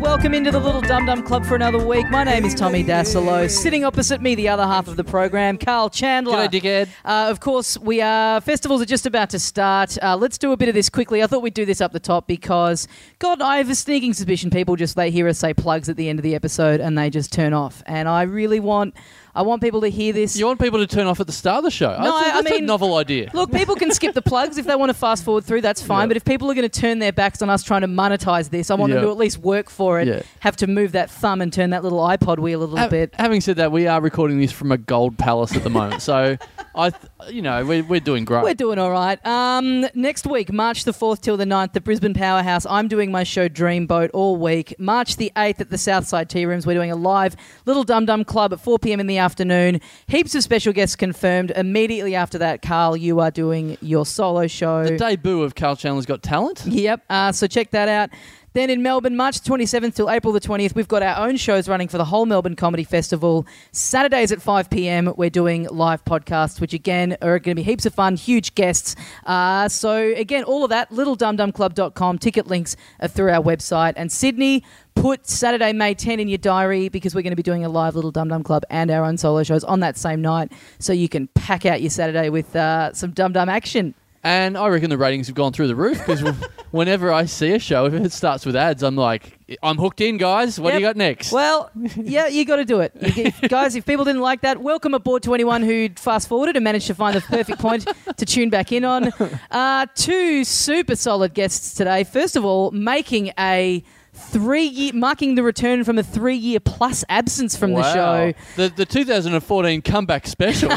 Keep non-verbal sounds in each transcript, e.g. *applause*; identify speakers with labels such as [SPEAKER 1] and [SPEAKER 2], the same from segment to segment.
[SPEAKER 1] Welcome into the Little Dum Dum Club for another week. My name is Tommy Dasilo. Sitting opposite me, the other half of the program, Carl Chandler.
[SPEAKER 2] G'day, dickhead.
[SPEAKER 1] Uh, of course, we are. Festivals are just about to start. Uh, let's do a bit of this quickly. I thought we'd do this up the top because, God, I have a sneaking suspicion people just they hear us say plugs at the end of the episode and they just turn off. And I really want, I want people to hear this.
[SPEAKER 2] You want people to turn off at the start of the show?
[SPEAKER 1] No,
[SPEAKER 2] that's,
[SPEAKER 1] I- I
[SPEAKER 2] a, that's
[SPEAKER 1] mean-
[SPEAKER 2] a novel idea.
[SPEAKER 1] Look, people can skip the plugs if they want to fast forward through. That's fine.
[SPEAKER 2] Yeah.
[SPEAKER 1] But if people are going to turn their backs on us trying to monetize this, I want
[SPEAKER 2] Yeah.
[SPEAKER 1] them to at least work for it.
[SPEAKER 2] Yeah.
[SPEAKER 1] Have to move that thumb and turn that little iPod wheel a little
[SPEAKER 2] Ha-
[SPEAKER 1] bit.
[SPEAKER 2] Having said that, we are recording this from a gold palace at the moment, so I, th- you know, we're, we're doing great.
[SPEAKER 1] We're doing all right. Um, next week, March the 4th till the 9th, the Brisbane Powerhouse. I'm doing my show Dreamboat all week. March the 8th at the Southside Tea Rooms. We're doing a live Little Dum Dum Club at 4 p.m. in the afternoon. Heaps of special guests confirmed. Immediately after that, Carl, you are doing your solo show.
[SPEAKER 2] the debut of Carl Chandler's Got Talent.
[SPEAKER 1] Yep. Uh, so check that out. Then in Melbourne, March 27th till April the 20th, we've got our own shows running for the whole Melbourne Comedy Festival. Saturdays at 5 p.m., we're doing live podcasts, which again are going to be heaps of fun, huge guests. Uh, so again, all of that, littledumdumclub.com. Ticket links are through our website. And Sydney, put Saturday, May 10 in your diary because we're going to be doing a live Little Dum Dum Club and our own solo shows on that same night. So you can pack out your Saturday with uh, some Dum Dum action.
[SPEAKER 2] And I reckon the ratings have gone through the roof because *laughs* whenever I see a show, if it starts with ads, I'm like, I'm hooked in, guys. What do you
[SPEAKER 1] Yep.
[SPEAKER 2] got next?
[SPEAKER 1] *laughs* Well, yeah, you got to do it. You g- guys, if people didn't like that, welcome aboard to anyone who fast forwarded and managed to find the perfect point to tune back in on. Uh, two super solid guests today. First of all, making a three year, marking the return from a three year plus absence from the
[SPEAKER 2] Wow.
[SPEAKER 1] show.
[SPEAKER 2] The, the 2014
[SPEAKER 1] *laughs*
[SPEAKER 2] comeback special.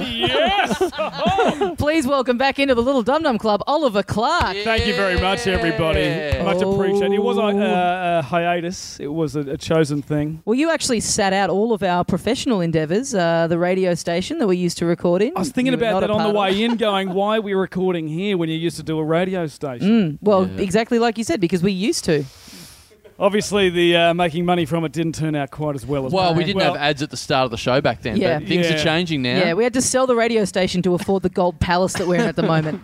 [SPEAKER 1] Please welcome back into the Little Dum Dum Club, Oliver Clark.
[SPEAKER 3] Thank you very much, everybody.
[SPEAKER 2] Yeah.
[SPEAKER 3] Much appreciated. It was
[SPEAKER 1] Oh.
[SPEAKER 3] a, uh, a hiatus. It was a, a chosen thing.
[SPEAKER 1] Well, you actually sat out all of our professional endeavours, uh, the radio station that we used to record in.
[SPEAKER 3] I was thinking
[SPEAKER 1] You were
[SPEAKER 3] about
[SPEAKER 1] Mm, not
[SPEAKER 3] that
[SPEAKER 1] a
[SPEAKER 3] on the
[SPEAKER 1] part of- *laughs*
[SPEAKER 3] way in, going, "Why are we recording here when you used to do a radio station?"
[SPEAKER 1] Mm, well,
[SPEAKER 2] Yeah.
[SPEAKER 1] exactly like you said, because we used to.
[SPEAKER 3] Obviously, the uh, making money from it didn't turn out quite as well as.
[SPEAKER 2] well, we didn't
[SPEAKER 3] Well,
[SPEAKER 2] have ads at the start of the show back then.
[SPEAKER 1] Yeah.
[SPEAKER 2] but things
[SPEAKER 3] Yeah.
[SPEAKER 2] are changing now.
[SPEAKER 1] Yeah. we had to sell the radio station to afford the gold palace that we're in at the moment.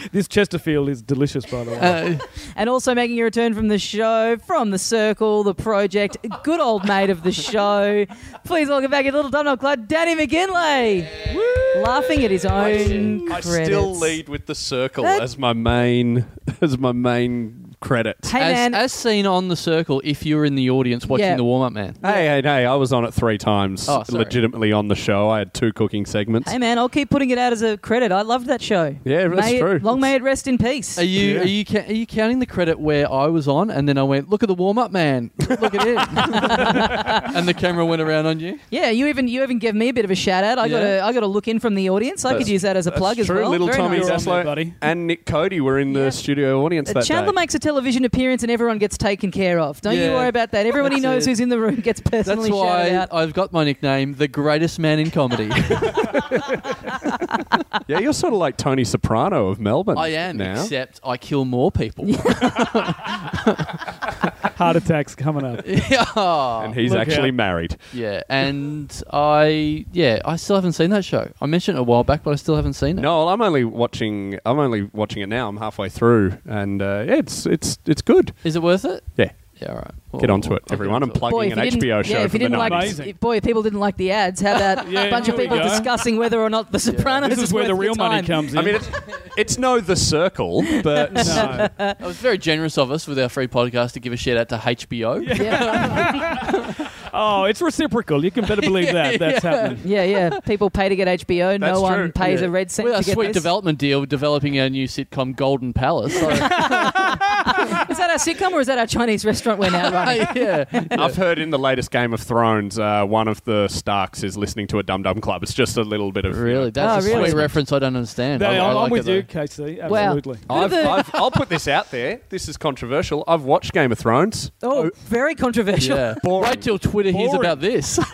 [SPEAKER 4] *laughs*
[SPEAKER 3] This Chesterfield is delicious, by the way.
[SPEAKER 2] Uh,
[SPEAKER 1] and also making a return from the show, from the circle, the project, good old mate of the show. Please welcome back in Little Dum Dum Club, Danny McGinley. Laughing at his own
[SPEAKER 4] I
[SPEAKER 1] credits.
[SPEAKER 4] still lead with the circle
[SPEAKER 1] That-
[SPEAKER 4] as my main *laughs* as my main credit.
[SPEAKER 1] Hey,
[SPEAKER 2] as,
[SPEAKER 1] man.
[SPEAKER 2] as seen on the circle, if you were in the audience watching
[SPEAKER 1] Yeah.
[SPEAKER 2] the warm up, man.
[SPEAKER 4] Hey, hey, hey! I was on it three times,
[SPEAKER 2] Oh, sorry.
[SPEAKER 4] legitimately on the show. I had two cooking segments.
[SPEAKER 1] Hey man, I'll keep putting it out as a credit. I loved that show.
[SPEAKER 4] Yeah, that's
[SPEAKER 1] May it-
[SPEAKER 4] true.
[SPEAKER 1] long may it rest in peace.
[SPEAKER 2] Are you
[SPEAKER 4] Yeah.
[SPEAKER 2] are you ca- are you counting the credit where I was on, and then I went, look at the warm up, man, look at
[SPEAKER 1] *laughs*
[SPEAKER 2] it, and the camera went around on you.
[SPEAKER 1] yeah, you even you even gave me a bit of a shout out. I got
[SPEAKER 2] Yeah.
[SPEAKER 1] a I got a look in from the audience. I could
[SPEAKER 4] That's-
[SPEAKER 1] use that as a
[SPEAKER 4] That's
[SPEAKER 1] plug as
[SPEAKER 4] true.
[SPEAKER 1] well.
[SPEAKER 4] Little
[SPEAKER 1] Very
[SPEAKER 4] Tommy
[SPEAKER 1] nice.
[SPEAKER 3] You're on there,
[SPEAKER 4] Zaslow
[SPEAKER 3] buddy.
[SPEAKER 4] and Nick Cody were in the
[SPEAKER 1] Yeah.
[SPEAKER 4] studio audience that
[SPEAKER 1] Chandler
[SPEAKER 4] day.
[SPEAKER 1] makes a television appearance and everyone gets taken care of. Don't you
[SPEAKER 2] Yeah.
[SPEAKER 1] worry about that. Everybody
[SPEAKER 2] That's
[SPEAKER 1] knows
[SPEAKER 2] it.
[SPEAKER 1] who's in the room gets
[SPEAKER 2] That's
[SPEAKER 1] personally shouted
[SPEAKER 2] why
[SPEAKER 1] out.
[SPEAKER 2] I've got my nickname, the greatest man in
[SPEAKER 4] *laughs*
[SPEAKER 2] comedy.
[SPEAKER 4] yeah, you're sort of like Tony Soprano of Melbourne.
[SPEAKER 2] I am,
[SPEAKER 4] now.
[SPEAKER 2] except I kill more people.
[SPEAKER 3] Heart attacks coming
[SPEAKER 1] *laughs*
[SPEAKER 3] up.
[SPEAKER 2] *laughs* yeah.
[SPEAKER 4] and he's
[SPEAKER 3] Look
[SPEAKER 4] actually
[SPEAKER 3] out.
[SPEAKER 4] married.
[SPEAKER 2] yeah, and I yeah I still haven't seen that show. I mentioned it a while back, but I still haven't seen it.
[SPEAKER 4] No, well, I'm only watching. I'm only watching it now. I'm halfway through, and uh, yeah, it's it's it's good.
[SPEAKER 2] is it worth it?
[SPEAKER 4] Yeah,
[SPEAKER 2] Yeah, all right. Well,
[SPEAKER 4] get onto it,
[SPEAKER 2] I'll get
[SPEAKER 4] everyone.
[SPEAKER 2] onto
[SPEAKER 4] I'm
[SPEAKER 2] it.
[SPEAKER 4] plugging
[SPEAKER 1] Boy,
[SPEAKER 4] an
[SPEAKER 1] if you didn't-
[SPEAKER 4] HBO show
[SPEAKER 1] yeah, if
[SPEAKER 4] from
[SPEAKER 1] you
[SPEAKER 4] the
[SPEAKER 1] didn't like,
[SPEAKER 4] 90s.
[SPEAKER 3] Amazing.
[SPEAKER 1] if- boy, if people didn't like the ads. How about
[SPEAKER 3] Yeah,
[SPEAKER 1] a bunch of
[SPEAKER 3] here we
[SPEAKER 1] people
[SPEAKER 3] go.
[SPEAKER 1] discussing whether or not The Sopranos
[SPEAKER 3] this is where the
[SPEAKER 1] worth your
[SPEAKER 3] real money
[SPEAKER 1] time?
[SPEAKER 3] comes in.
[SPEAKER 4] I
[SPEAKER 2] *laughs*
[SPEAKER 4] mean, it's, it's no The Circle, but
[SPEAKER 3] No.
[SPEAKER 2] It was very generous of us with our free podcast to give a shout out to HBO.
[SPEAKER 1] *laughs* Yeah,
[SPEAKER 3] oh, it's reciprocal. You can better believe
[SPEAKER 1] *laughs*
[SPEAKER 3] that. That's happening.
[SPEAKER 1] yeah, yeah. People pay to get HBO.
[SPEAKER 4] That's
[SPEAKER 1] no one
[SPEAKER 4] true.
[SPEAKER 1] pays
[SPEAKER 4] Yeah.
[SPEAKER 1] a red cent
[SPEAKER 2] With our
[SPEAKER 1] to get
[SPEAKER 2] sweet
[SPEAKER 1] this.
[SPEAKER 2] development deal, developing our new sitcom Golden Palace.
[SPEAKER 1] *laughs*
[SPEAKER 2] So- *laughs*
[SPEAKER 1] Is that our sitcom or is that our Chinese restaurant we're now running?
[SPEAKER 2] yeah.
[SPEAKER 4] *laughs* I've heard in the latest Game of Thrones, uh, one of the Starks is listening to a Dum Dum Club. It's just a little bit of
[SPEAKER 2] Really? That's
[SPEAKER 1] Oh,
[SPEAKER 2] a
[SPEAKER 1] really?
[SPEAKER 2] sweet reference I don't understand.
[SPEAKER 3] No,
[SPEAKER 2] I,
[SPEAKER 3] I'm,
[SPEAKER 2] I
[SPEAKER 3] I'm
[SPEAKER 2] like
[SPEAKER 3] with
[SPEAKER 2] it
[SPEAKER 3] you,
[SPEAKER 2] though.
[SPEAKER 3] KC.
[SPEAKER 1] Wow.
[SPEAKER 3] Absolutely.
[SPEAKER 4] *laughs* I've,
[SPEAKER 1] Who the-
[SPEAKER 4] I've, I'll put this out there. This is controversial. I've watched Game of Thrones.
[SPEAKER 1] Oh, very controversial.
[SPEAKER 2] Yeah.
[SPEAKER 4] Boring.
[SPEAKER 2] Wait till Twitter hears
[SPEAKER 3] Boring.
[SPEAKER 2] about this.
[SPEAKER 1] *laughs*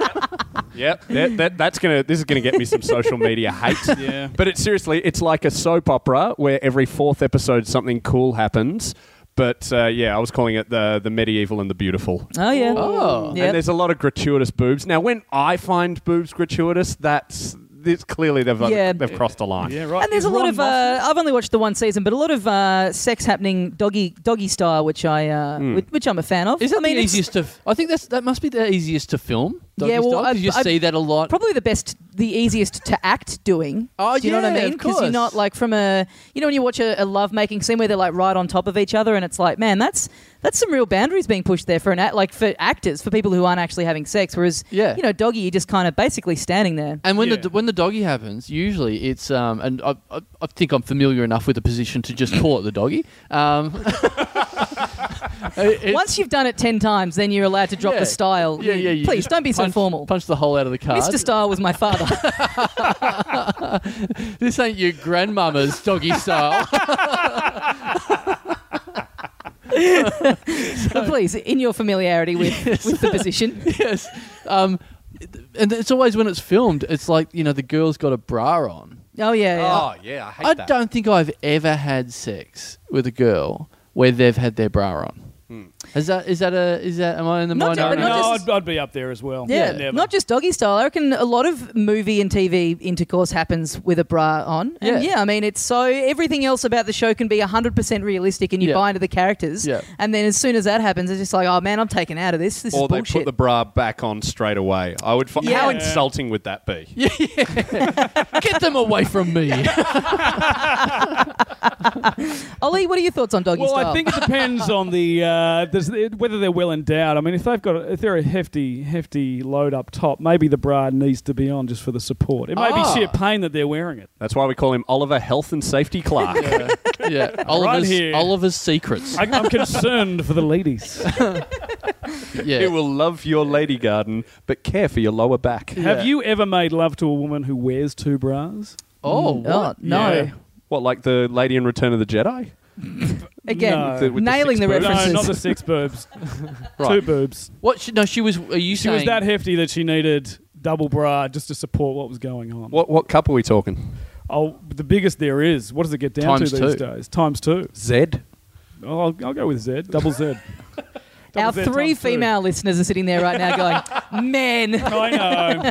[SPEAKER 4] Yep, that, that, that's gonna. This is gonna get me some social media *laughs* hate.
[SPEAKER 3] Yeah.
[SPEAKER 4] But it's seriously, it's like a soap opera where every fourth episode something cool happens. But uh, yeah, I was calling it the the medieval and the beautiful.
[SPEAKER 1] Oh yeah.
[SPEAKER 2] Oh.
[SPEAKER 1] Yep.
[SPEAKER 4] And there's a lot of gratuitous boobs. Now, when I find boobs gratuitous, that's it's clearly they've
[SPEAKER 1] Yeah.
[SPEAKER 4] they've crossed a line.
[SPEAKER 3] Yeah, right.
[SPEAKER 1] And there's a
[SPEAKER 3] Is
[SPEAKER 1] lot
[SPEAKER 3] Ron
[SPEAKER 1] of uh, I've only watched the one season, but a lot of uh, sex happening doggy doggy style, which I uh,
[SPEAKER 4] Hmm.
[SPEAKER 1] which, which I'm a fan of.
[SPEAKER 2] Is that
[SPEAKER 1] I mean,
[SPEAKER 2] the
[SPEAKER 1] it's
[SPEAKER 2] easiest to? F- I think that's that must be the easiest to film. Doggy
[SPEAKER 1] Yeah, well,
[SPEAKER 2] style, 'cause
[SPEAKER 1] I've-
[SPEAKER 2] you
[SPEAKER 1] I've-
[SPEAKER 2] see that a lot.
[SPEAKER 1] Probably the best, the easiest to act doing.
[SPEAKER 2] Oh,
[SPEAKER 1] Do you know what I
[SPEAKER 2] yeah,
[SPEAKER 1] mean?
[SPEAKER 2] of
[SPEAKER 1] you're
[SPEAKER 2] course.
[SPEAKER 1] not like from a, you know, when you watch a, a love making scene where they're like right on top of each other, and it's like, man, that's that's some real boundaries being pushed there for an act, like for actors, for people who aren't actually having sex. Whereas,
[SPEAKER 2] Yeah.
[SPEAKER 1] you know, doggy, you're just kind of basically standing there.
[SPEAKER 2] And when
[SPEAKER 3] Yeah.
[SPEAKER 2] the when the doggy happens, usually it's um, and I, I, I think I'm familiar enough with the position to just call it the doggy. Um, *laughs* it- it's-
[SPEAKER 1] Once you've done it ten times, then you're allowed to drop
[SPEAKER 2] Yeah.
[SPEAKER 1] the style.
[SPEAKER 2] yeah, yeah, you
[SPEAKER 1] Please
[SPEAKER 2] just
[SPEAKER 1] don't be so
[SPEAKER 2] punch-
[SPEAKER 1] formal.
[SPEAKER 2] Punch the hole out of the card.
[SPEAKER 1] Mr. Style was my
[SPEAKER 2] *laughs*
[SPEAKER 1] father.
[SPEAKER 2] This ain't your grandmama's doggy style. *laughs*
[SPEAKER 1] But please, in your familiarity with, with the position.
[SPEAKER 2] yes. Um, and it's always when it's filmed, it's like you know the girl's got a bra on.
[SPEAKER 1] Oh, yeah. yeah.
[SPEAKER 4] Oh yeah, I hate
[SPEAKER 2] I
[SPEAKER 4] that.
[SPEAKER 2] don't think I've ever had sex with a girl where they've had their bra on.
[SPEAKER 4] Hmm.
[SPEAKER 2] Is that is that a is that am I in the
[SPEAKER 1] Not
[SPEAKER 2] minority?
[SPEAKER 1] but not
[SPEAKER 3] no,
[SPEAKER 1] just-
[SPEAKER 3] I'd, I'd be up there as well.
[SPEAKER 1] Yeah,
[SPEAKER 2] Yeah.
[SPEAKER 3] Never.
[SPEAKER 1] not just doggy style. I reckon a lot of movie and TV intercourse happens with a bra on. And
[SPEAKER 2] Yeah.
[SPEAKER 1] yeah, I mean, it's so everything else about the show can be 100% realistic and you
[SPEAKER 2] Yeah.
[SPEAKER 1] buy into the characters.
[SPEAKER 2] Yeah.
[SPEAKER 1] And then as soon as that happens, it's just like, oh man, I'm taken out of this. This
[SPEAKER 4] or
[SPEAKER 1] is
[SPEAKER 4] they
[SPEAKER 1] bullshit.
[SPEAKER 4] put the bra back on straight away. I would. Fi-
[SPEAKER 1] Yeah.
[SPEAKER 4] How insulting would that be?
[SPEAKER 2] Get them away from me.
[SPEAKER 1] Ollie, Oh, what are your thoughts on doggy
[SPEAKER 3] Well,
[SPEAKER 1] style?
[SPEAKER 3] I think it depends on the uh, there's, whether they're well endowed. I mean, if they've got a, if they're a hefty hefty load up top, maybe the bra needs to be on just for the support. It may
[SPEAKER 2] Ah.
[SPEAKER 3] be sheer pain that they're wearing it.
[SPEAKER 4] That's why we call him Oliver Health and Safety Clark. *laughs*
[SPEAKER 2] yeah, Oliver's
[SPEAKER 3] here.
[SPEAKER 2] Oliver's secrets.
[SPEAKER 3] I, I'm concerned for the ladies.
[SPEAKER 2] yeah.
[SPEAKER 4] Who will love your lady garden, but care for your lower back.
[SPEAKER 3] Have you ever made love to a woman who wears two bras?
[SPEAKER 1] *laughs*
[SPEAKER 2] oh,
[SPEAKER 1] oh,
[SPEAKER 2] what?
[SPEAKER 1] no.
[SPEAKER 3] Yeah.
[SPEAKER 4] What, like the lady in Return of the Jedi?
[SPEAKER 1] Again,
[SPEAKER 3] No.
[SPEAKER 4] The- with the
[SPEAKER 1] nailing the,
[SPEAKER 4] six boobs?
[SPEAKER 1] references.
[SPEAKER 3] No, not the
[SPEAKER 1] *laughs*
[SPEAKER 3] six boobs.
[SPEAKER 4] Right.
[SPEAKER 3] Two boobs.
[SPEAKER 2] What? She, no, she was. Are you
[SPEAKER 3] She
[SPEAKER 2] saying
[SPEAKER 3] was that hefty that she needed double bra just to support what was going on.
[SPEAKER 4] What what cup are we talking?
[SPEAKER 3] Oh, the biggest there is. What does it get down
[SPEAKER 2] Times
[SPEAKER 3] to these
[SPEAKER 2] two.
[SPEAKER 3] days? Times two.
[SPEAKER 4] Zed.
[SPEAKER 3] Oh, I'll, I'll go with Z. Double Z.
[SPEAKER 2] *laughs*
[SPEAKER 1] Our
[SPEAKER 3] Double Z
[SPEAKER 1] three
[SPEAKER 3] times two.
[SPEAKER 1] female listeners are sitting there right now going, man, *laughs*
[SPEAKER 3] I know.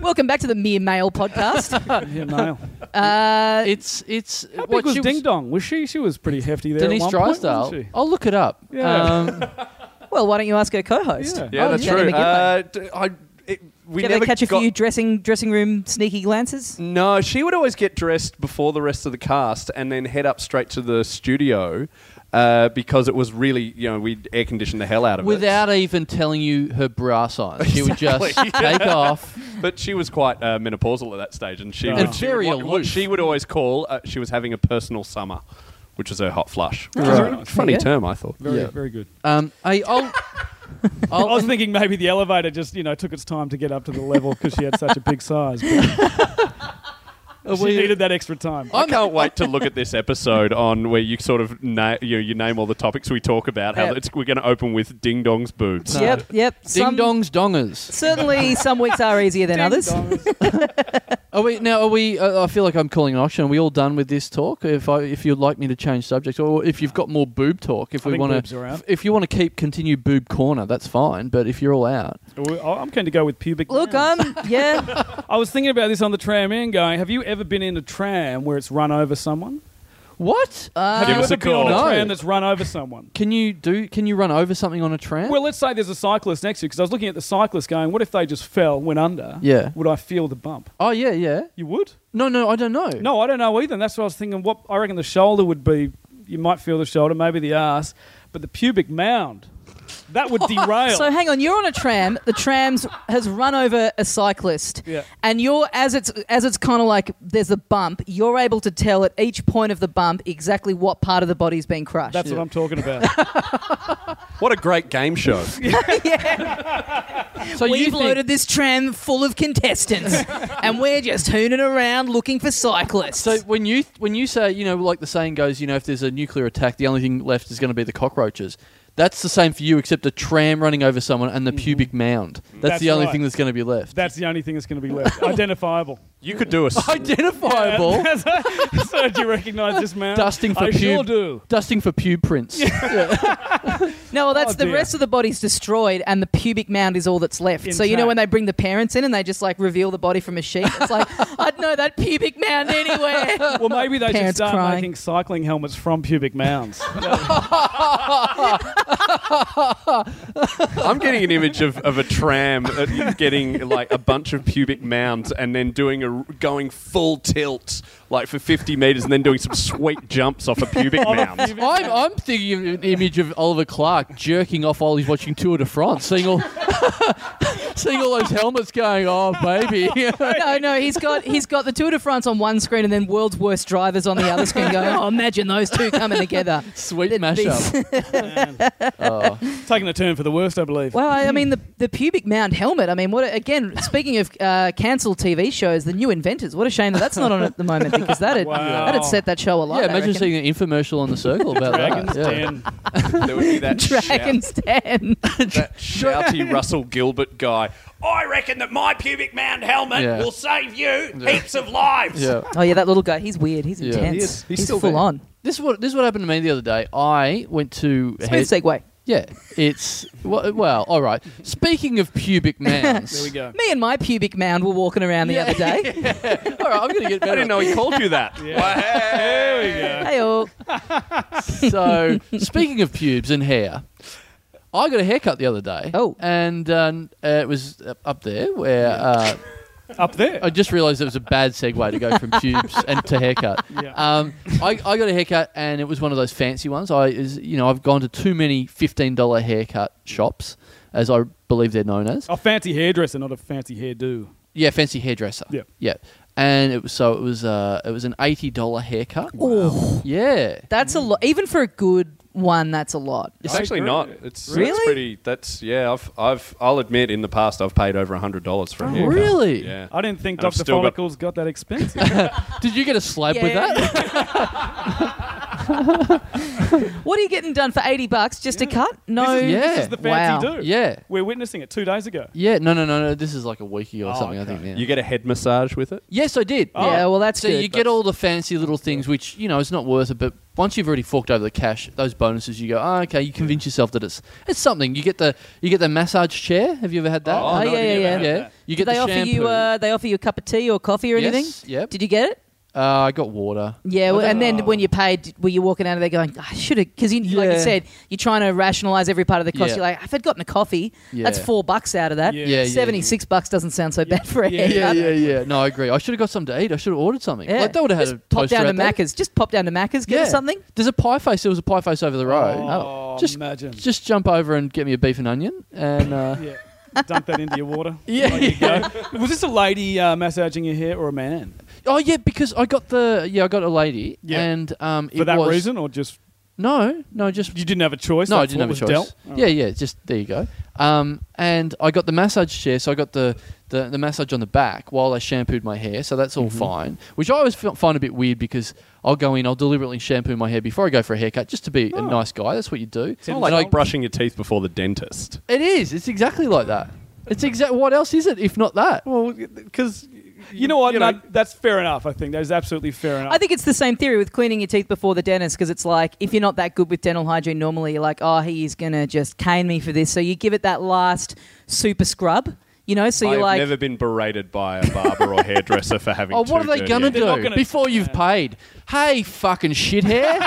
[SPEAKER 1] welcome back to the Mere Male podcast.
[SPEAKER 3] yeah, male.
[SPEAKER 1] Uh,
[SPEAKER 2] It's it's.
[SPEAKER 3] How big
[SPEAKER 2] what
[SPEAKER 3] was
[SPEAKER 2] she
[SPEAKER 3] Ding Dong? Was she? She was pretty hefty there.
[SPEAKER 2] Denise
[SPEAKER 3] at one
[SPEAKER 2] Drysdale. Oh,
[SPEAKER 3] Point, wasn't
[SPEAKER 2] I'll look it up.
[SPEAKER 3] Yeah. *laughs*
[SPEAKER 2] Um,
[SPEAKER 1] well, why don't you ask her co-host?
[SPEAKER 3] Yeah.
[SPEAKER 4] Yeah,
[SPEAKER 1] Oh,
[SPEAKER 4] that's
[SPEAKER 1] Jenny
[SPEAKER 4] true.
[SPEAKER 1] McGinley.
[SPEAKER 4] Uh, d- I, it, we
[SPEAKER 1] Did
[SPEAKER 4] never
[SPEAKER 1] they catch a
[SPEAKER 4] got-
[SPEAKER 1] few dressing dressing room sneaky glances?
[SPEAKER 4] No, she would always get dressed before the rest of the cast and then head up straight to the studio uh, because it was really, you know, we air conditioned the hell out of
[SPEAKER 2] without even telling you her bra size, she would just take off.
[SPEAKER 4] it. But she was quite uh, menopausal at that stage and she,
[SPEAKER 3] And
[SPEAKER 4] would, she, would-
[SPEAKER 2] very
[SPEAKER 4] what, what
[SPEAKER 2] aloof.
[SPEAKER 4] she would always call, uh, she was having a personal summer, which was her hot flush. Which
[SPEAKER 2] Right.
[SPEAKER 4] is a funny
[SPEAKER 1] Yeah.
[SPEAKER 4] term, I thought.
[SPEAKER 3] Very,
[SPEAKER 2] Yeah.
[SPEAKER 3] very good.
[SPEAKER 2] Um, I,
[SPEAKER 3] *laughs*
[SPEAKER 2] I'll.
[SPEAKER 3] I
[SPEAKER 2] *laughs* I'll
[SPEAKER 3] was thinking maybe the elevator just, you know, took its time to get up to the level because she had such a big size. But
[SPEAKER 2] *laughs* are
[SPEAKER 3] she
[SPEAKER 2] we-
[SPEAKER 3] needed that extra time.
[SPEAKER 4] I can't wait to look at this episode on where you sort of na- you, you name all the topics we talk about. How
[SPEAKER 1] Yep.
[SPEAKER 4] it's, we're going to open with Ding Dong's boobs.
[SPEAKER 2] No.
[SPEAKER 1] Yep, yep.
[SPEAKER 2] Ding
[SPEAKER 1] Some-
[SPEAKER 2] dong's dongers.
[SPEAKER 1] Certainly, some weeks are easier than others.
[SPEAKER 2] Are we now? Are we? Uh, I feel like I'm calling an auction. Are we all done with this talk? If I, if you'd like me to change subject, or if you've got more boob talk, if
[SPEAKER 3] I
[SPEAKER 2] we
[SPEAKER 3] think
[SPEAKER 2] want
[SPEAKER 3] boobs are
[SPEAKER 2] to,
[SPEAKER 3] out.
[SPEAKER 2] if you want to keep continue boob corner, that's fine. But if you're all out,
[SPEAKER 3] Well, I- I'm going to go with pubic.
[SPEAKER 1] Look,
[SPEAKER 3] mounds.
[SPEAKER 1] I'm yeah.
[SPEAKER 3] I was thinking about this on the tram in going, have you ever been in a tram where it's run over someone?
[SPEAKER 2] what?
[SPEAKER 3] Have
[SPEAKER 1] Uh,
[SPEAKER 4] Give
[SPEAKER 3] you
[SPEAKER 4] us
[SPEAKER 3] ever
[SPEAKER 4] a
[SPEAKER 3] been on
[SPEAKER 4] call.
[SPEAKER 2] No.
[SPEAKER 3] a tram that's run over someone?
[SPEAKER 2] Can you do? Can you run over something on a tram?
[SPEAKER 3] Well, let's say there's a cyclist next to you because I was looking at the cyclist going, what if they just fell, went under?
[SPEAKER 2] Yeah.
[SPEAKER 3] Would I feel the bump?
[SPEAKER 2] oh yeah, yeah.
[SPEAKER 3] You would?
[SPEAKER 2] No, no, I don't know.
[SPEAKER 3] No, I don't know either. And that's what I was thinking. What I reckon the shoulder would be. You might feel the shoulder, maybe the ass, but the pubic mound that
[SPEAKER 2] *laughs*
[SPEAKER 3] would derail.
[SPEAKER 1] So hang on, you're on a tram. The tram's has run over a cyclist,
[SPEAKER 3] Yeah.
[SPEAKER 1] and you're as it's as it's kind of like there's a bump. You're able to tell at each point of the bump exactly what part of the body's been crushed.
[SPEAKER 3] that's what I'm talking about.
[SPEAKER 2] *laughs*
[SPEAKER 4] What a great game show.
[SPEAKER 2] So
[SPEAKER 1] We've
[SPEAKER 2] you think,
[SPEAKER 1] loaded this tram full of contestants, and we're just hooning around looking for cyclists.
[SPEAKER 2] So when you when you say you know like the saying goes, you know if there's a nuclear attack, the only thing left is going to be the cockroaches. That's the same for you, except a tram running over someone and the pubic mound. That's,
[SPEAKER 3] Mm-hmm. That's
[SPEAKER 2] the only
[SPEAKER 3] right.
[SPEAKER 2] thing that's going to be left.
[SPEAKER 3] That's the only thing that's going to be left identifiable.
[SPEAKER 4] You could do a
[SPEAKER 2] *laughs*
[SPEAKER 4] s-
[SPEAKER 2] Identifiable.
[SPEAKER 3] *laughs* so do you recognise this
[SPEAKER 2] *laughs*
[SPEAKER 3] man?
[SPEAKER 2] Dusting for
[SPEAKER 3] I sure
[SPEAKER 2] pube.
[SPEAKER 3] do.
[SPEAKER 2] Dusting for pew prints. *laughs*
[SPEAKER 1] No, well, that's
[SPEAKER 3] Oh,
[SPEAKER 1] the
[SPEAKER 3] dear.
[SPEAKER 1] rest of the body's destroyed, and the pubic mound is all that's left. So you know
[SPEAKER 3] Intact.
[SPEAKER 1] when they bring the parents in and they just like reveal the body from a sheet, it's like *laughs* I'd know that pubic mound
[SPEAKER 3] *laughs*
[SPEAKER 1] anywhere.
[SPEAKER 3] Well, maybe they should
[SPEAKER 1] Parents
[SPEAKER 3] start
[SPEAKER 1] crying.
[SPEAKER 3] making cycling helmets from pubic mounds.
[SPEAKER 4] I'm getting an image of, of a tram uh, getting like a bunch of pubic mounds and then doing a going full tilt like for 50 meters and then doing some sweet jumps off a pubic
[SPEAKER 3] *laughs*
[SPEAKER 4] mound.
[SPEAKER 2] I'm, I'm thinking of an image of Oliver Clark jerking off while he's watching Tour de France, seeing all, *laughs* seeing all those helmets going, oh,
[SPEAKER 3] *laughs*
[SPEAKER 2] baby. *laughs*
[SPEAKER 1] no, no, he's got he's got the Tour de France on one screen and then world's worst drivers on the other
[SPEAKER 3] *laughs*
[SPEAKER 1] screen. Going, oh, imagine those two coming together.
[SPEAKER 2] Sweet
[SPEAKER 1] Th- these- *laughs*
[SPEAKER 2] mashup. Oh.
[SPEAKER 3] Taking a turn for the worst, I believe.
[SPEAKER 1] Well, I, I mean the the pubic mound helmet. I mean, what a, again? Speaking of uh, cancelled TV shows, the new inventors. What a shame that that's not on at the moment because that'd
[SPEAKER 3] *laughs* Wow.
[SPEAKER 1] that'd set that show alight.
[SPEAKER 2] Yeah,
[SPEAKER 1] I
[SPEAKER 2] imagine
[SPEAKER 1] reckon.
[SPEAKER 2] seeing an infomercial on the circle about
[SPEAKER 3] Dragons
[SPEAKER 2] that. Yeah.
[SPEAKER 3] Den.
[SPEAKER 4] There would be that, shout-
[SPEAKER 1] Dragon's Den.
[SPEAKER 2] *laughs*
[SPEAKER 4] that shouty Russell Gilbert guy. I reckon that my pubic mound helmet
[SPEAKER 2] Yeah.
[SPEAKER 4] will save you heaps of lives. *laughs*
[SPEAKER 2] Yeah.
[SPEAKER 1] Oh yeah, that little guy. He's weird. He's
[SPEAKER 2] Yeah.
[SPEAKER 1] intense.
[SPEAKER 2] He
[SPEAKER 1] he's
[SPEAKER 4] is. He's still
[SPEAKER 1] full
[SPEAKER 4] there.
[SPEAKER 1] on.
[SPEAKER 2] This is what this is what happened to me the other day. I went to
[SPEAKER 1] Smooth segue.
[SPEAKER 2] yeah. It's well, well, all right. Speaking of pubic mounds,
[SPEAKER 3] There we go.
[SPEAKER 1] Me and my pubic mound were walking around the
[SPEAKER 2] *laughs* Yeah.
[SPEAKER 1] other day.
[SPEAKER 2] All right, I'm gonna get better.
[SPEAKER 4] I didn't know he called you that.
[SPEAKER 3] There
[SPEAKER 1] hey all.
[SPEAKER 2] *laughs* So, speaking of pubes and hair, I got a haircut the other day.
[SPEAKER 1] Oh.
[SPEAKER 2] and uh, n- uh, it was up- up there where uh,
[SPEAKER 3] we go. *laughs* Up there.
[SPEAKER 2] I just realised it was a bad segue to go from pubes and to haircut.
[SPEAKER 3] Yeah.
[SPEAKER 2] Um, I, I got a haircut and it was one of those fancy ones. I is you know I've gone to too many fifteen dollar haircut shops, as I believe they're known as.
[SPEAKER 3] a fancy hairdresser, not a fancy hairdo.
[SPEAKER 2] Yeah, fancy hairdresser.
[SPEAKER 3] Yeah.
[SPEAKER 2] yeah. And it was so it was uh it was an eighty dollar haircut.
[SPEAKER 1] Oh,
[SPEAKER 2] Yeah,
[SPEAKER 1] that's a lot. Even for a good one, that's a lot.
[SPEAKER 4] It's
[SPEAKER 3] I
[SPEAKER 4] actually
[SPEAKER 3] agree.
[SPEAKER 4] not. It's
[SPEAKER 1] Really?
[SPEAKER 4] That's pretty. That's yeah. I've I've I'll admit in the past I've paid over hundred dollars for a
[SPEAKER 2] Oh,
[SPEAKER 4] haircut.
[SPEAKER 2] really?
[SPEAKER 4] Yeah.
[SPEAKER 3] I didn't think
[SPEAKER 4] And I've
[SPEAKER 3] Dr.
[SPEAKER 4] still got-
[SPEAKER 3] Follicles got, that expensive.
[SPEAKER 2] *laughs* Did you get a slab with
[SPEAKER 1] Yeah. *laughs*
[SPEAKER 2] that?
[SPEAKER 1] *laughs* What are you getting done for eighty bucks? Just a cut? No.
[SPEAKER 3] This is,
[SPEAKER 2] Yeah.
[SPEAKER 3] this is the fancy
[SPEAKER 1] Wow.
[SPEAKER 3] do.
[SPEAKER 2] yeah.
[SPEAKER 3] We're witnessing it two days ago.
[SPEAKER 2] Yeah, no, no, no, no. This is like a weekie or
[SPEAKER 3] Oh,
[SPEAKER 2] something,
[SPEAKER 3] okay.
[SPEAKER 2] I think. now.
[SPEAKER 4] You get a head massage with it.
[SPEAKER 2] yes, I did.
[SPEAKER 3] Oh.
[SPEAKER 1] Yeah. Well, that's
[SPEAKER 2] so
[SPEAKER 1] good.
[SPEAKER 2] you get all the fancy little things, which you know it's not worth it. But once you've already forked over the cash, those bonuses, you go, oh, okay. You convince yourself that it's it's something. You get the you get the massage chair. Have you ever had that?
[SPEAKER 4] Oh,
[SPEAKER 1] Oh,
[SPEAKER 4] no,
[SPEAKER 1] yeah, yeah,
[SPEAKER 4] I didn't
[SPEAKER 1] yeah.
[SPEAKER 4] know
[SPEAKER 2] yeah. You
[SPEAKER 1] Did
[SPEAKER 2] get
[SPEAKER 1] they
[SPEAKER 2] the
[SPEAKER 1] offer
[SPEAKER 2] shampoo.
[SPEAKER 1] you? Uh, they offer you a cup of tea or coffee or
[SPEAKER 2] Yes,
[SPEAKER 1] anything.
[SPEAKER 2] yep.
[SPEAKER 1] Did you get it?
[SPEAKER 2] uh, I got water.
[SPEAKER 1] Yeah, well,
[SPEAKER 2] Okay.
[SPEAKER 1] and then when you paid, were you walking out of there going, "Ah, I should have? Because you, like you
[SPEAKER 2] Yeah.
[SPEAKER 1] said, you're trying to rationalize every part of the cost.
[SPEAKER 2] Yeah.
[SPEAKER 1] You're like, if I'd gotten a coffee, that's
[SPEAKER 2] Yeah.
[SPEAKER 1] four bucks out of that.
[SPEAKER 3] Yeah.
[SPEAKER 2] Yeah, yeah.
[SPEAKER 1] 76 bucks doesn't sound so bad for a
[SPEAKER 3] Yeah,
[SPEAKER 1] haircut.
[SPEAKER 2] Yeah, yeah, yeah. No, I agree. I should have got something to eat. I should have ordered something.
[SPEAKER 1] Yeah.
[SPEAKER 2] Like that would have had
[SPEAKER 1] Just
[SPEAKER 2] a
[SPEAKER 1] pop
[SPEAKER 2] toaster
[SPEAKER 1] down to
[SPEAKER 2] out there.
[SPEAKER 1] Macca's. Just pop down to Macca's, get us
[SPEAKER 2] Yeah.
[SPEAKER 1] something.
[SPEAKER 2] There's a pie face. There was a pie face over the road.
[SPEAKER 3] Oh,
[SPEAKER 2] Just-
[SPEAKER 3] imagine.
[SPEAKER 2] Just jump over and get me a beef and onion, and uh,
[SPEAKER 3] *laughs* yeah. Dump that into your water.
[SPEAKER 2] *laughs* Yeah.
[SPEAKER 3] There you go. Was this a lady uh, massaging your hair or a man?
[SPEAKER 2] oh yeah, because I got the yeah I got a lady,
[SPEAKER 3] Yeah.
[SPEAKER 2] and um
[SPEAKER 3] For
[SPEAKER 2] it
[SPEAKER 3] that
[SPEAKER 2] was-
[SPEAKER 3] reason or just
[SPEAKER 2] No, no, just
[SPEAKER 3] you didn't have a choice?
[SPEAKER 2] no, I
[SPEAKER 3] That's
[SPEAKER 2] didn't have a
[SPEAKER 3] what
[SPEAKER 2] choice.
[SPEAKER 3] was Dealt?
[SPEAKER 2] Yeah, yeah, just there you go. Um, and I got the massage chair, so I got the, the, the massage on the back while I shampooed my hair, so that's
[SPEAKER 4] Mm-hmm.
[SPEAKER 2] all fine. Which I always fi- find a bit weird because I'll go in, I'll deliberately shampoo my hair before I go for a haircut, just to be a nice guy. That's what you do.
[SPEAKER 4] Ah. It's not
[SPEAKER 2] And
[SPEAKER 4] like
[SPEAKER 2] I-
[SPEAKER 4] brushing your teeth before the dentist.
[SPEAKER 2] it is. It's exactly like that. It's exact. What else is it if not that?
[SPEAKER 3] Oh.
[SPEAKER 4] Well, because
[SPEAKER 3] You know what? no, that's fair enough. I think that is absolutely fair enough.
[SPEAKER 1] I think it's the same theory with cleaning your teeth before the dentist because it's like if you're not that good with dental hygiene normally, you're like, oh, he is going to just cane me for this. So you give it that last super scrub, you know? So
[SPEAKER 4] I've
[SPEAKER 1] you're like,
[SPEAKER 4] never been berated by a barber or hairdresser for having.
[SPEAKER 2] Oh, what
[SPEAKER 4] too
[SPEAKER 2] are they
[SPEAKER 4] dirty
[SPEAKER 2] gonna
[SPEAKER 4] hands.
[SPEAKER 2] do
[SPEAKER 3] They're not gonna-
[SPEAKER 2] before you've paid? Hey, fucking shithead!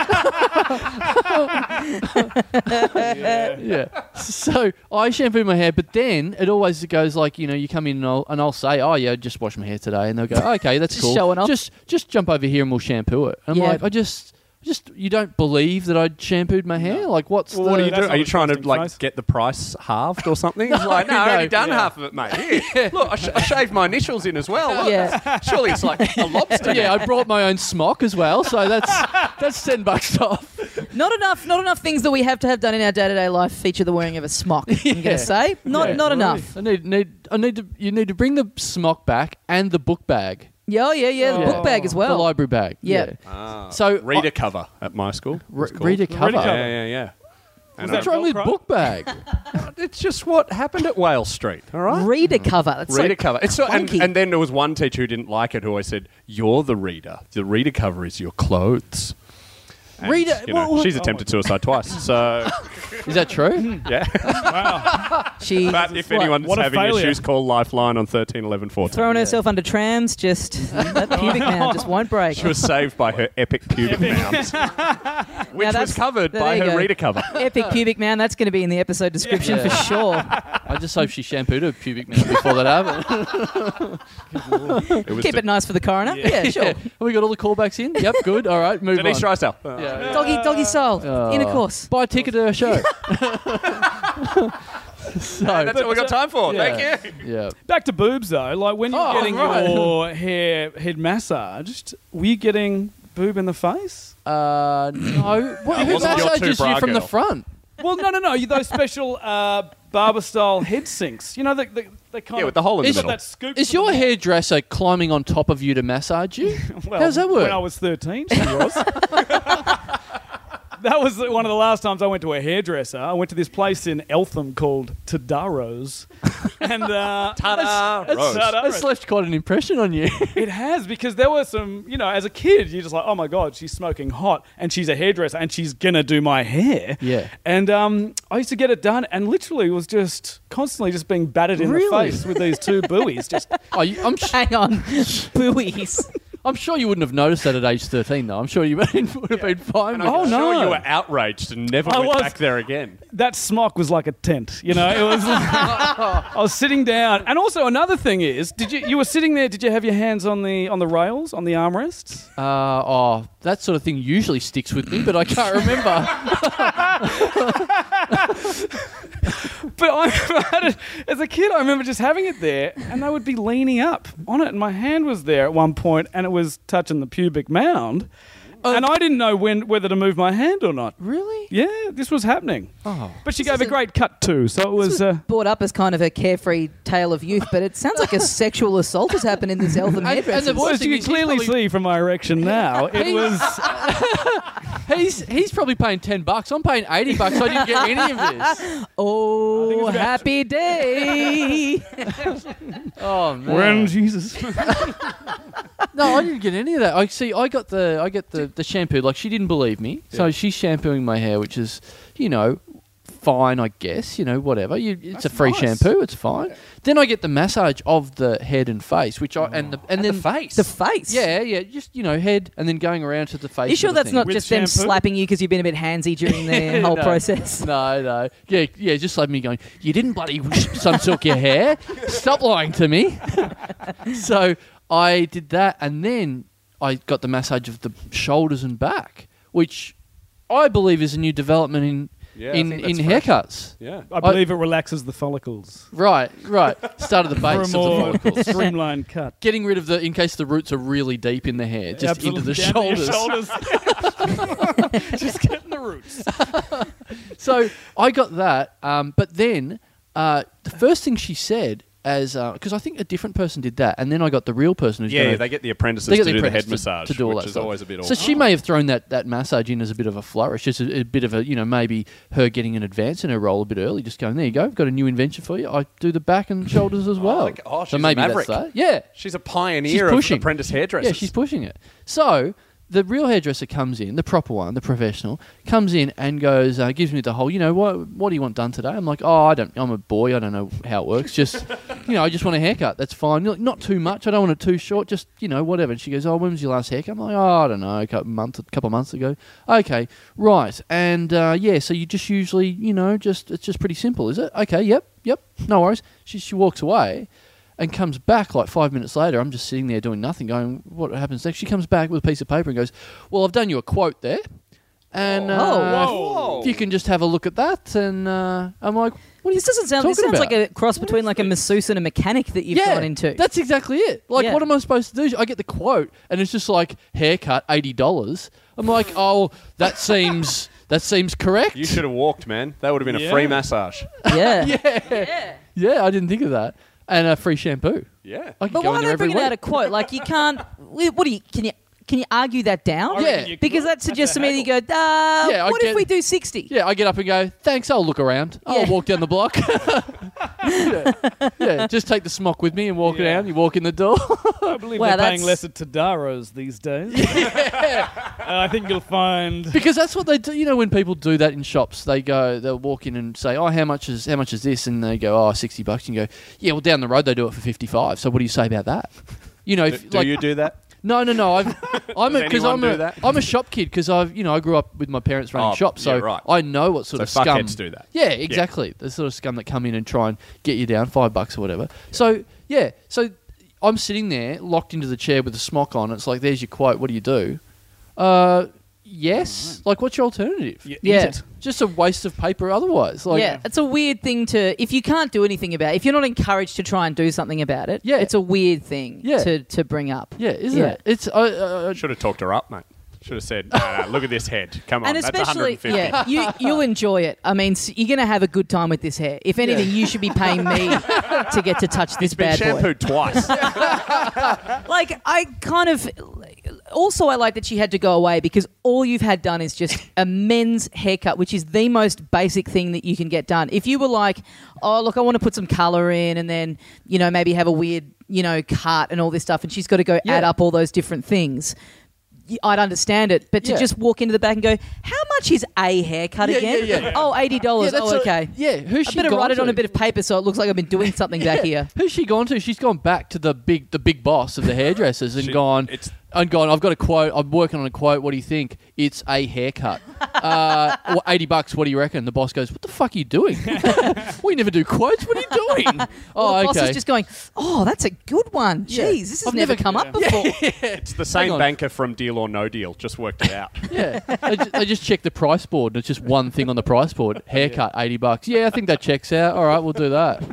[SPEAKER 1] *laughs*
[SPEAKER 3] yeah.
[SPEAKER 2] *laughs* yeah. So I shampoo my hair, but then it always goes like you know you come in and I'll, and I'll say, oh yeah, just wash my hair today, and they'll go,
[SPEAKER 1] *laughs*
[SPEAKER 2] okay, that's
[SPEAKER 1] Just
[SPEAKER 2] cool.
[SPEAKER 1] showing off.
[SPEAKER 2] Just just jump over here and we'll shampoo it. And I'm
[SPEAKER 1] Yeah.
[SPEAKER 2] like, I just just you don't believe that I shampooed my hair? Like what's
[SPEAKER 3] Well,
[SPEAKER 2] the
[SPEAKER 3] what
[SPEAKER 4] What are you
[SPEAKER 3] That's
[SPEAKER 1] *laughs*
[SPEAKER 4] doing?
[SPEAKER 3] not
[SPEAKER 4] Are you
[SPEAKER 3] a
[SPEAKER 4] trying to
[SPEAKER 3] disgusting
[SPEAKER 4] like
[SPEAKER 3] price.
[SPEAKER 4] get the price halved or something? It's like, no, I've already done
[SPEAKER 3] yeah.
[SPEAKER 4] half of it, mate. *laughs* Here, look, I, sh- I shaved my initials in as well. Look,
[SPEAKER 1] Yeah.
[SPEAKER 4] that's- surely it's like a lobster.
[SPEAKER 2] *laughs* yeah, I brought my own smock as well, so
[SPEAKER 1] *laughs*
[SPEAKER 2] that's that's ten bucks off.
[SPEAKER 1] Not enough. Not enough things that we have to have done in our day to day life feature the wearing of a smock. I'm
[SPEAKER 2] Yeah.
[SPEAKER 1] gonna say not
[SPEAKER 2] Yeah,
[SPEAKER 1] not enough.
[SPEAKER 2] I need need I need to you need to bring the smock back and the book bag,
[SPEAKER 1] Yeah, oh, yeah, yeah. The
[SPEAKER 2] Yeah.
[SPEAKER 1] book bag as
[SPEAKER 2] the
[SPEAKER 1] well.
[SPEAKER 2] library bag.
[SPEAKER 1] Yeah.
[SPEAKER 2] So
[SPEAKER 4] Ah. Reader cover at my school.
[SPEAKER 2] Re-
[SPEAKER 4] it's called.
[SPEAKER 2] reader cover.
[SPEAKER 3] cover.
[SPEAKER 4] Yeah, yeah, yeah. And
[SPEAKER 3] that
[SPEAKER 2] What's wrong with
[SPEAKER 3] Velcro?
[SPEAKER 2] book bag?
[SPEAKER 4] I- it's just what happened at Whale Street. All right.
[SPEAKER 1] Reader cover. That's
[SPEAKER 4] reader
[SPEAKER 1] so
[SPEAKER 4] cover. It's so, and,
[SPEAKER 1] clunky.
[SPEAKER 4] and then there was one teacher who didn't like it who I said, "You're the reader. The reader cover is your clothes." And,
[SPEAKER 2] Reader-
[SPEAKER 4] you know,
[SPEAKER 2] what- what-
[SPEAKER 4] she's attempted suicide twice. So
[SPEAKER 2] Is that true?
[SPEAKER 4] yeah.
[SPEAKER 1] She
[SPEAKER 4] But if
[SPEAKER 1] What?
[SPEAKER 4] anyone's
[SPEAKER 3] What a
[SPEAKER 4] having
[SPEAKER 3] failure.
[SPEAKER 4] issues, call Lifeline on thirteen eleven fourteen.
[SPEAKER 1] throwing herself under trams, just that pubic mound just won't break.
[SPEAKER 4] She was saved by her epic pubic mound, which was
[SPEAKER 1] that's-
[SPEAKER 4] covered
[SPEAKER 1] there
[SPEAKER 4] by
[SPEAKER 1] you
[SPEAKER 4] her
[SPEAKER 1] go.
[SPEAKER 4] reader cover.
[SPEAKER 1] Epic pubic mound. That's going to be in the episode description
[SPEAKER 2] Yeah.
[SPEAKER 1] for sure.
[SPEAKER 2] I just hope she shampooed her pubic mound before that happened.
[SPEAKER 4] It was
[SPEAKER 1] Keep it nice for the coroner. *laughs* Yeah, sure.
[SPEAKER 2] *laughs* Have we got all the callbacks in? Yep, good. All right, move
[SPEAKER 4] Denise
[SPEAKER 2] on.
[SPEAKER 4] Drysdale.
[SPEAKER 2] Yeah.
[SPEAKER 1] Doggy, doggy soul.
[SPEAKER 2] Oh.
[SPEAKER 1] Intercourse.
[SPEAKER 2] Buy a ticket to her show. so,
[SPEAKER 4] That's all we got time for.
[SPEAKER 2] Yeah.
[SPEAKER 4] *laughs* Thank you.
[SPEAKER 2] yeah.
[SPEAKER 3] Back to boobs though. Like when you're
[SPEAKER 2] Oh,
[SPEAKER 3] getting
[SPEAKER 2] right.
[SPEAKER 3] your hair head massaged, were you getting boob in the face?
[SPEAKER 2] Uh, no.
[SPEAKER 4] *laughs*
[SPEAKER 2] What, who
[SPEAKER 4] wasn't your
[SPEAKER 2] massages
[SPEAKER 4] two-bra
[SPEAKER 2] you from the
[SPEAKER 4] girl.
[SPEAKER 2] front?
[SPEAKER 3] Well, no, no, no. You those special uh, barber style head sinks. You know the the, the kind
[SPEAKER 4] Yeah,
[SPEAKER 3] of
[SPEAKER 4] with the hole in
[SPEAKER 2] Is-
[SPEAKER 4] the
[SPEAKER 3] got
[SPEAKER 4] middle.
[SPEAKER 3] that scoop.
[SPEAKER 2] Is
[SPEAKER 3] for the
[SPEAKER 2] your
[SPEAKER 3] bottom.
[SPEAKER 2] hairdresser climbing on top of you to massage
[SPEAKER 4] *laughs*
[SPEAKER 2] you?
[SPEAKER 3] Well,
[SPEAKER 2] How's that work?
[SPEAKER 3] When I was 13, she was. *laughs* that was one of the last times I went to a hairdresser. I went to this place in Eltham called Tadaro's. And uh,
[SPEAKER 4] Ta-da, Rose.
[SPEAKER 2] That's left quite an impression on you. *laughs*
[SPEAKER 3] It has because there were some, you know, as a kid, you're just like, oh my god, she's smoking hot, and she's a hairdresser, and she's gonna do my hair.
[SPEAKER 2] Yeah.
[SPEAKER 3] And um, I used to get it done, and literally was just constantly just being battered in the
[SPEAKER 2] Really?
[SPEAKER 3] face with these
[SPEAKER 2] *laughs*
[SPEAKER 3] two buoys. Just
[SPEAKER 2] Oh, you, I'm, sh-
[SPEAKER 1] Hang on. Buoys.
[SPEAKER 2] I'm sure you wouldn't have noticed that at age 13, though. I'm sure you *laughs* would have been fine.
[SPEAKER 4] And
[SPEAKER 2] with
[SPEAKER 4] I'm
[SPEAKER 2] it.
[SPEAKER 4] sure
[SPEAKER 3] no.
[SPEAKER 4] you were outraged and never
[SPEAKER 3] I
[SPEAKER 4] went
[SPEAKER 3] was.
[SPEAKER 4] back there again.
[SPEAKER 3] that smock was like a tent, you know. It was. Like, I was sitting down, and also another thing is, did you you were sitting there? Did you have your hands on the on the rails on the armrests?
[SPEAKER 2] Uh, oh, that sort of thing usually sticks with me, but I can't
[SPEAKER 4] *laughs*
[SPEAKER 2] remember.
[SPEAKER 3] But I, *laughs* I had it, as a kid, I remember just having it there, and they would be leaning up on it, and my hand was there at one point, and it was touching the pubic mound, and I didn't know when whether to move my hand or not.
[SPEAKER 2] really?
[SPEAKER 3] Yeah, this was happening.
[SPEAKER 2] Oh.
[SPEAKER 3] But she gave a great cut too, so it was. Uh,
[SPEAKER 1] Brought up as kind of a carefree tale of youth, but it sounds like a sexual assault has happened in this Eltham
[SPEAKER 2] and
[SPEAKER 1] hairdresser.
[SPEAKER 2] the boy-
[SPEAKER 3] well, as you
[SPEAKER 2] He's
[SPEAKER 3] can clearly
[SPEAKER 2] probably-
[SPEAKER 3] see from my erection now, it
[SPEAKER 2] He-
[SPEAKER 3] was.
[SPEAKER 2] He's he's probably paying 10 bucks. I'm paying 80 bucks. I didn't get any of this.
[SPEAKER 1] Oh, happy day.
[SPEAKER 2] Oh, man.
[SPEAKER 3] When Jesus. *laughs*
[SPEAKER 2] No, I didn't get any of that. I see. I got the I get the, the shampoo. Like she didn't believe me, so
[SPEAKER 4] Yeah.
[SPEAKER 2] she's shampooing my hair, which is, you know, fine. I guess you know whatever. You, it's a
[SPEAKER 3] That's
[SPEAKER 2] free
[SPEAKER 3] nice.
[SPEAKER 2] shampoo. It's fine. Then I get the massage of the head and face, which I and the and, then
[SPEAKER 4] face.
[SPEAKER 1] The face.
[SPEAKER 2] yeah yeah just you know head and then going around to the face.
[SPEAKER 1] You sure
[SPEAKER 2] sort of
[SPEAKER 1] that's
[SPEAKER 2] thing.
[SPEAKER 1] not
[SPEAKER 3] With
[SPEAKER 1] just them
[SPEAKER 3] shampoo?
[SPEAKER 1] slapping you because you've been a bit handsy *laughs* during the whole
[SPEAKER 2] *laughs* No.
[SPEAKER 1] process?
[SPEAKER 2] No, no. Yeah, yeah, just like me going, you didn't bloody *laughs* sunsilk your hair. Stop lying to me. *laughs* so I did that, and then I got the massage of the shoulders and back, which I believe is a new development in
[SPEAKER 4] Yeah, I
[SPEAKER 2] in,
[SPEAKER 4] think
[SPEAKER 2] in
[SPEAKER 4] that's fresh.
[SPEAKER 2] haircuts.
[SPEAKER 4] Yeah.
[SPEAKER 3] I believe it relaxes the follicles
[SPEAKER 2] Right, right. Start of the
[SPEAKER 3] for a
[SPEAKER 2] base
[SPEAKER 3] more
[SPEAKER 2] of the follicles.
[SPEAKER 3] streamlined cut.
[SPEAKER 2] Getting rid of the, in case the roots are really deep in the hair, just
[SPEAKER 3] Absolutely.
[SPEAKER 2] into the
[SPEAKER 3] Down to your
[SPEAKER 2] shoulders.
[SPEAKER 3] shoulders. just getting the roots.
[SPEAKER 2] so I got that. Um, but then uh, the first thing she said, as because I think a different person did that, and then I got the real person who's
[SPEAKER 4] Yeah,
[SPEAKER 2] gonna-
[SPEAKER 4] yeah, they get the apprentices
[SPEAKER 2] they
[SPEAKER 4] to
[SPEAKER 2] got the
[SPEAKER 4] do the
[SPEAKER 2] apprentice
[SPEAKER 4] head massage,
[SPEAKER 2] to do all
[SPEAKER 4] which
[SPEAKER 2] that
[SPEAKER 4] is
[SPEAKER 2] stuff.
[SPEAKER 4] always a bit
[SPEAKER 2] So
[SPEAKER 4] awkward.
[SPEAKER 2] she may have thrown that, that massage in as a bit of a flourish, just a, a bit of a you know maybe her getting an advance in her role a bit early, just going there you go, I've got a new invention for you. I do the back and shoulders as well.
[SPEAKER 4] like- oh,
[SPEAKER 2] so
[SPEAKER 4] she's a
[SPEAKER 2] maybe
[SPEAKER 4] maverick.
[SPEAKER 2] that's that. Yeah,
[SPEAKER 4] She's a
[SPEAKER 2] She's
[SPEAKER 4] pioneer of
[SPEAKER 2] pushing.
[SPEAKER 4] apprentice hairdressers.
[SPEAKER 2] yeah, she's pushing it. So the real hairdresser comes in, the proper one, the professional comes in and goes, uh, gives me the whole, you know, what what do you want done today? I'm like, oh, I don't, I'm a boy, I don't know how it works.
[SPEAKER 4] *laughs*
[SPEAKER 2] Just, you know, I just want a haircut. That's fine. Like, Not too much. I don't want it too short. Just, you know, whatever. And she goes, oh, when was your last haircut? I'm like, oh, I don't know, a couple months, a couple of months ago. Okay, right, and uh, yeah, so you just usually, you know, just it's just pretty simple, is it? Okay, yep, yep, no worries. She she walks away and comes back like five minutes later. I'm just sitting there doing nothing, going, what happens next? She comes back with a piece of paper and goes, well, I've done you a quote there. And
[SPEAKER 1] Oh,
[SPEAKER 2] uh,
[SPEAKER 4] whoa.
[SPEAKER 2] if you can just have a look at that. And uh, I'm like, what are you
[SPEAKER 1] This doesn't sound. This
[SPEAKER 2] talking
[SPEAKER 1] sounds
[SPEAKER 2] about?
[SPEAKER 1] like a cross between like a masseuse and a mechanic that you've gone into.
[SPEAKER 2] *laughs* That's exactly it. Like,
[SPEAKER 1] Yeah.
[SPEAKER 2] what am I supposed to do? I get the quote, and it's just like haircut eighty dollars. I'm like, oh,
[SPEAKER 1] *laughs*
[SPEAKER 2] that seems that seems correct.
[SPEAKER 4] You should have walked, man. That would have been
[SPEAKER 3] Yeah.
[SPEAKER 4] a
[SPEAKER 2] *laughs*
[SPEAKER 4] free massage.
[SPEAKER 1] yeah.
[SPEAKER 2] yeah. yeah, I didn't think of that. And a free shampoo.
[SPEAKER 4] Yeah.
[SPEAKER 2] I can
[SPEAKER 1] But
[SPEAKER 2] go
[SPEAKER 1] why are
[SPEAKER 2] in there
[SPEAKER 1] they
[SPEAKER 2] every
[SPEAKER 1] bringing out a
[SPEAKER 2] week.
[SPEAKER 1] quote? Like you can't. What do you? Can you? Can you argue that down?
[SPEAKER 3] I reckon
[SPEAKER 2] Yeah.
[SPEAKER 3] you
[SPEAKER 1] Because
[SPEAKER 3] could.
[SPEAKER 1] that suggests to me that you go, uh,
[SPEAKER 2] Yeah, I
[SPEAKER 1] what if
[SPEAKER 2] get-
[SPEAKER 1] we do 60?
[SPEAKER 2] Yeah, I get up and go, thanks, I'll look around. I'll
[SPEAKER 1] Yeah.
[SPEAKER 2] walk down the block. *laughs* yeah. Yeah, just take the smock with me and walk
[SPEAKER 3] Yeah.
[SPEAKER 2] around. You walk in the door. *laughs*
[SPEAKER 3] *laughs* I believe
[SPEAKER 1] Wow,
[SPEAKER 3] they're
[SPEAKER 1] that's-
[SPEAKER 3] paying less at Tadaro's
[SPEAKER 1] *laughs*
[SPEAKER 3] these days. *laughs* And I think you'll find.
[SPEAKER 2] because that's what they do. You know, when people do that in shops, they go, they'll walk in and say, oh, how much is how much is this? And they go, oh, 60 bucks. And you go, yeah, well, down the road they do it for 55. So what do you say about that? *laughs* You know, if,
[SPEAKER 4] do
[SPEAKER 2] like,
[SPEAKER 4] you do that?
[SPEAKER 2] No, no,
[SPEAKER 4] *laughs*
[SPEAKER 2] no. I've, I'm a
[SPEAKER 4] Does
[SPEAKER 2] because
[SPEAKER 4] anyone
[SPEAKER 2] I'm a
[SPEAKER 4] do that?
[SPEAKER 2] am a shop kid because I've you know I grew up with my parents running
[SPEAKER 4] Oh,
[SPEAKER 2] shops, so
[SPEAKER 4] yeah, right.
[SPEAKER 2] I know what
[SPEAKER 4] So
[SPEAKER 2] sort of scum
[SPEAKER 4] fuckheads do that.
[SPEAKER 2] Yeah, exactly. The sort of scum that come in and try and get you down five bucks or whatever. So yeah, so I'm sitting there locked into the chair with a smock on. It's like there's your quote. What do you do? Uh, yes. Like what's your alternative?
[SPEAKER 3] You eat
[SPEAKER 1] Yeah.
[SPEAKER 3] it.
[SPEAKER 2] Just a waste of paper otherwise. Like
[SPEAKER 1] yeah, it's a weird thing to if you can't do anything about. If you're not encouraged to try and do something about it,
[SPEAKER 2] Yeah.
[SPEAKER 1] it's a weird thing
[SPEAKER 2] Yeah.
[SPEAKER 1] to, to bring up.
[SPEAKER 2] yeah, isn't
[SPEAKER 1] Yeah.
[SPEAKER 2] it? It's I uh,
[SPEAKER 4] Should have talked her up, mate. Should have said, nah, nah, look at this head. Come on,
[SPEAKER 1] and
[SPEAKER 4] that's
[SPEAKER 1] especially,
[SPEAKER 4] 150.
[SPEAKER 1] yeah, you
[SPEAKER 4] *laughs*
[SPEAKER 1] you'll enjoy it. I mean, s- you're going to have a good time with this hair. If anything, you should be paying
[SPEAKER 4] *laughs*
[SPEAKER 1] me to get to touch this
[SPEAKER 4] Been
[SPEAKER 1] bad boy.
[SPEAKER 2] *laughs*
[SPEAKER 4] shampooed twice.
[SPEAKER 1] Like, I kind of. Also, I like that she had to go away because all you've had done is
[SPEAKER 2] *laughs*
[SPEAKER 1] just a men's haircut, which is the most basic thing that you can get done. If you were like, oh, look, I want to put some color in and then, you know, maybe have a weird, you know, cut and all this stuff, and she's got to go
[SPEAKER 2] Yeah.
[SPEAKER 1] add up all those different things. y- I'd understand it, but to
[SPEAKER 2] Yeah.
[SPEAKER 1] just walk into the back and go, "How much is a haircut
[SPEAKER 2] Yeah,
[SPEAKER 1] again?"
[SPEAKER 2] yeah, yeah.
[SPEAKER 1] Oh, eighty dollars.
[SPEAKER 2] yeah, that's
[SPEAKER 1] oh,
[SPEAKER 2] a-
[SPEAKER 1] okay.
[SPEAKER 2] yeah, who's
[SPEAKER 1] I
[SPEAKER 2] she
[SPEAKER 1] better
[SPEAKER 2] gone
[SPEAKER 1] write it on
[SPEAKER 2] to?
[SPEAKER 1] a bit of paper so it looks like I've been doing something back
[SPEAKER 2] *laughs* Yeah.
[SPEAKER 1] here.
[SPEAKER 2] Who's she gone to? She's gone back to the big the big boss of the hairdressers and
[SPEAKER 4] She-
[SPEAKER 2] gone
[SPEAKER 4] it's-
[SPEAKER 2] and gone. I've got a quote. I'm working on a quote. What do you think? It's a haircut. Uh, well, eighty bucks. What do you reckon? The boss goes, "What the fuck are you doing? we never do quotes. What are you
[SPEAKER 1] Well,
[SPEAKER 2] doing?
[SPEAKER 1] the
[SPEAKER 2] oh,
[SPEAKER 1] boss
[SPEAKER 2] okay.
[SPEAKER 1] is just going, oh, that's a good one. Jeez,
[SPEAKER 2] Yeah.
[SPEAKER 1] this has
[SPEAKER 2] I've
[SPEAKER 1] never,
[SPEAKER 2] never-
[SPEAKER 1] come
[SPEAKER 2] *laughs*
[SPEAKER 1] up before.
[SPEAKER 4] It's the
[SPEAKER 2] Hang
[SPEAKER 4] same
[SPEAKER 2] on.
[SPEAKER 4] banker from Deal or No Deal. Just worked
[SPEAKER 2] *laughs*
[SPEAKER 4] it out.
[SPEAKER 2] yeah, they just, they just check the price board, and it's just one thing on the price board: haircut, eighty bucks. Yeah, I think that checks out. All right, we'll do that.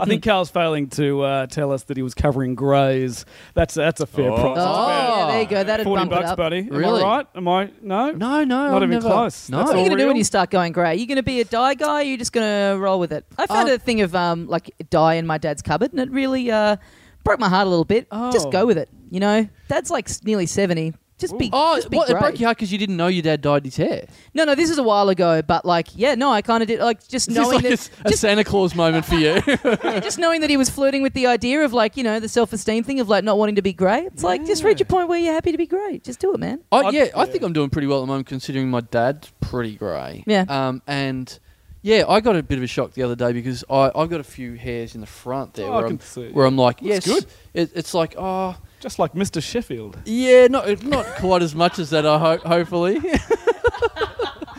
[SPEAKER 3] I think Carl's failing to uh, tell us that he was covering greys. That's that's a fair
[SPEAKER 4] Oh.
[SPEAKER 3] price.
[SPEAKER 2] Oh.
[SPEAKER 1] yeah, there you go. That'd
[SPEAKER 3] Forty
[SPEAKER 1] bump it
[SPEAKER 3] bucks,
[SPEAKER 1] up.
[SPEAKER 3] buddy.
[SPEAKER 2] Really?
[SPEAKER 3] Am I right? Am I no?
[SPEAKER 2] No, no,
[SPEAKER 3] Not
[SPEAKER 2] I've
[SPEAKER 3] even
[SPEAKER 2] never-
[SPEAKER 3] close.
[SPEAKER 2] No,
[SPEAKER 3] That's
[SPEAKER 1] What are you going
[SPEAKER 3] all
[SPEAKER 1] to do
[SPEAKER 3] real?
[SPEAKER 1] when you start going grey? Are you going to be a dye guy? Or are you just going to roll with it? I found
[SPEAKER 2] Uh,
[SPEAKER 1] a thing of um, like dye in my dad's cupboard, and it really uh, broke my heart a little bit. Just
[SPEAKER 3] Oh.
[SPEAKER 1] go with it, you know. Dad's like s- nearly seventy. Just be,
[SPEAKER 2] oh,
[SPEAKER 1] just be
[SPEAKER 2] what, it
[SPEAKER 1] grey.
[SPEAKER 2] broke your heart because you didn't know your dad dyed his hair.
[SPEAKER 1] No, no, this is a while ago, but like, yeah, no, I kind of did. Like, just
[SPEAKER 2] Is this
[SPEAKER 1] knowing
[SPEAKER 2] like a,
[SPEAKER 1] that,
[SPEAKER 2] s- a Santa Claus moment for you?
[SPEAKER 1] *laughs* just knowing that he was flirting with the idea of like, you know, the self-esteem thing of like not wanting to be grey. It's like just reach a point where you're happy to be grey. Just do it, man.
[SPEAKER 2] I,
[SPEAKER 3] I'd-
[SPEAKER 2] yeah, I
[SPEAKER 3] yeah.
[SPEAKER 2] think I'm doing pretty well at the moment, considering my dad's pretty grey.
[SPEAKER 1] Yeah.
[SPEAKER 2] Um, and yeah, I got a bit of a shock the other day because I I've got a few hairs in the front there
[SPEAKER 3] Oh,
[SPEAKER 2] where
[SPEAKER 3] I
[SPEAKER 2] I'm
[SPEAKER 3] can see.
[SPEAKER 2] where I'm like, yes,
[SPEAKER 3] Looks good.
[SPEAKER 2] It, it's like, oh,
[SPEAKER 3] Just like Mr. Sheffield.
[SPEAKER 2] yeah, not not quite as much as that. I hope, hopefully. *laughs*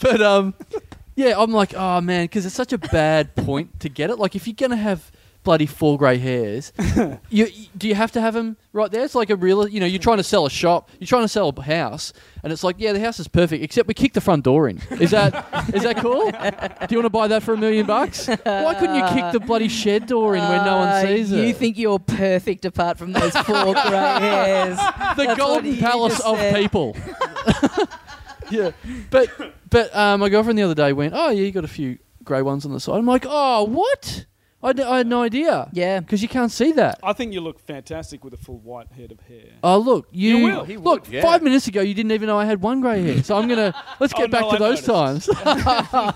[SPEAKER 2] but um, yeah, I'm like, oh man, because it's such a bad point to get it. Like, if you're gonna have bloody four
[SPEAKER 1] *laughs*
[SPEAKER 2] grey hairs, you, you- do you have to have them right there? It's like a real, you know, you're trying to sell a shop, you're trying to sell a house, and it's like, yeah, the house is perfect, except we kicked the front door in. Is that is that cool? Do you want to buy that for a million bucks? Why couldn't you kick the bloody shed door in when no
[SPEAKER 1] Uh,
[SPEAKER 2] one sees it?
[SPEAKER 1] You think you're perfect apart from *laughs* those four grey hairs. *laughs*
[SPEAKER 2] the
[SPEAKER 1] That's what
[SPEAKER 2] golden
[SPEAKER 1] you
[SPEAKER 2] palace
[SPEAKER 1] just
[SPEAKER 2] of
[SPEAKER 1] said. *laughs*
[SPEAKER 2] people. *laughs* yeah, but but uh, my girlfriend the other day went, oh yeah, you got a few grey ones on the side. I'm like, oh what? I, d- I had no idea.
[SPEAKER 1] Yeah.
[SPEAKER 2] because you can't see that.
[SPEAKER 3] I think you look fantastic with a full white head of hair.
[SPEAKER 2] Oh look, you,
[SPEAKER 3] You will.
[SPEAKER 4] He would,
[SPEAKER 2] look.
[SPEAKER 4] yeah.
[SPEAKER 2] Five minutes ago, you didn't even know I had one grey hair. So I'm
[SPEAKER 3] *laughs*
[SPEAKER 2] gonna let's
[SPEAKER 3] Oh,
[SPEAKER 2] get back
[SPEAKER 3] no,
[SPEAKER 2] to
[SPEAKER 3] I
[SPEAKER 2] those
[SPEAKER 3] noticed.
[SPEAKER 2] times.
[SPEAKER 1] *laughs*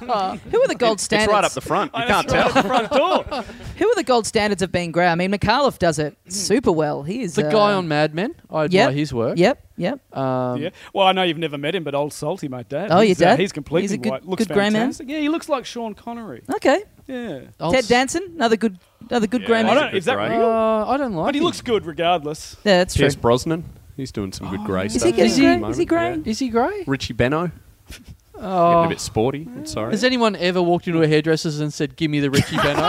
[SPEAKER 1] Oh, Who are the gold
[SPEAKER 4] It's
[SPEAKER 1] standards?
[SPEAKER 4] right up the front. You
[SPEAKER 3] Oh,
[SPEAKER 4] can't
[SPEAKER 3] that's
[SPEAKER 4] tell.
[SPEAKER 2] *laughs*
[SPEAKER 3] right at the *laughs* front door.
[SPEAKER 1] Who are the gold standards of being grey? I mean, McAuliffe does it super well. He is
[SPEAKER 2] the
[SPEAKER 1] uh,
[SPEAKER 2] guy on Mad Men, I admire
[SPEAKER 1] yep,
[SPEAKER 2] his work.
[SPEAKER 1] Yep, yep.
[SPEAKER 2] Um,
[SPEAKER 3] yeah. Well, I know you've never met him, but old Salty, my dad.
[SPEAKER 1] Oh, your
[SPEAKER 3] he's, uh,
[SPEAKER 1] dad?
[SPEAKER 3] he's completely
[SPEAKER 1] He's a good-
[SPEAKER 3] white. Looks
[SPEAKER 1] good grey man?
[SPEAKER 3] fantastic. Yeah, he looks like Sean Connery.
[SPEAKER 1] Okay.
[SPEAKER 3] Yeah.
[SPEAKER 2] I'll
[SPEAKER 1] Ted
[SPEAKER 2] s-
[SPEAKER 1] Danson, another good, another good
[SPEAKER 4] Yeah.
[SPEAKER 1] grey
[SPEAKER 4] I
[SPEAKER 3] I
[SPEAKER 1] man.
[SPEAKER 4] He's a
[SPEAKER 3] don't,
[SPEAKER 4] good
[SPEAKER 3] is that
[SPEAKER 4] grey.
[SPEAKER 3] real?
[SPEAKER 2] Uh, I don't like.
[SPEAKER 3] But he
[SPEAKER 2] him.
[SPEAKER 3] looks good regardless.
[SPEAKER 1] Yeah, that's true.
[SPEAKER 4] Pierce Brosnan. He's doing some
[SPEAKER 2] Oh,
[SPEAKER 4] good grey
[SPEAKER 1] Is
[SPEAKER 4] stuff.
[SPEAKER 1] he
[SPEAKER 4] at the
[SPEAKER 1] getting grey?
[SPEAKER 4] moment,
[SPEAKER 1] Is he grey?
[SPEAKER 4] yeah.
[SPEAKER 2] Is he
[SPEAKER 3] *laughs*
[SPEAKER 2] grey?
[SPEAKER 4] Richie Benno. Getting
[SPEAKER 2] Oh.
[SPEAKER 4] a bit sporty. I'm sorry.
[SPEAKER 2] Has anyone ever walked into a hairdresser's and said, "Give me the Richie Benno"?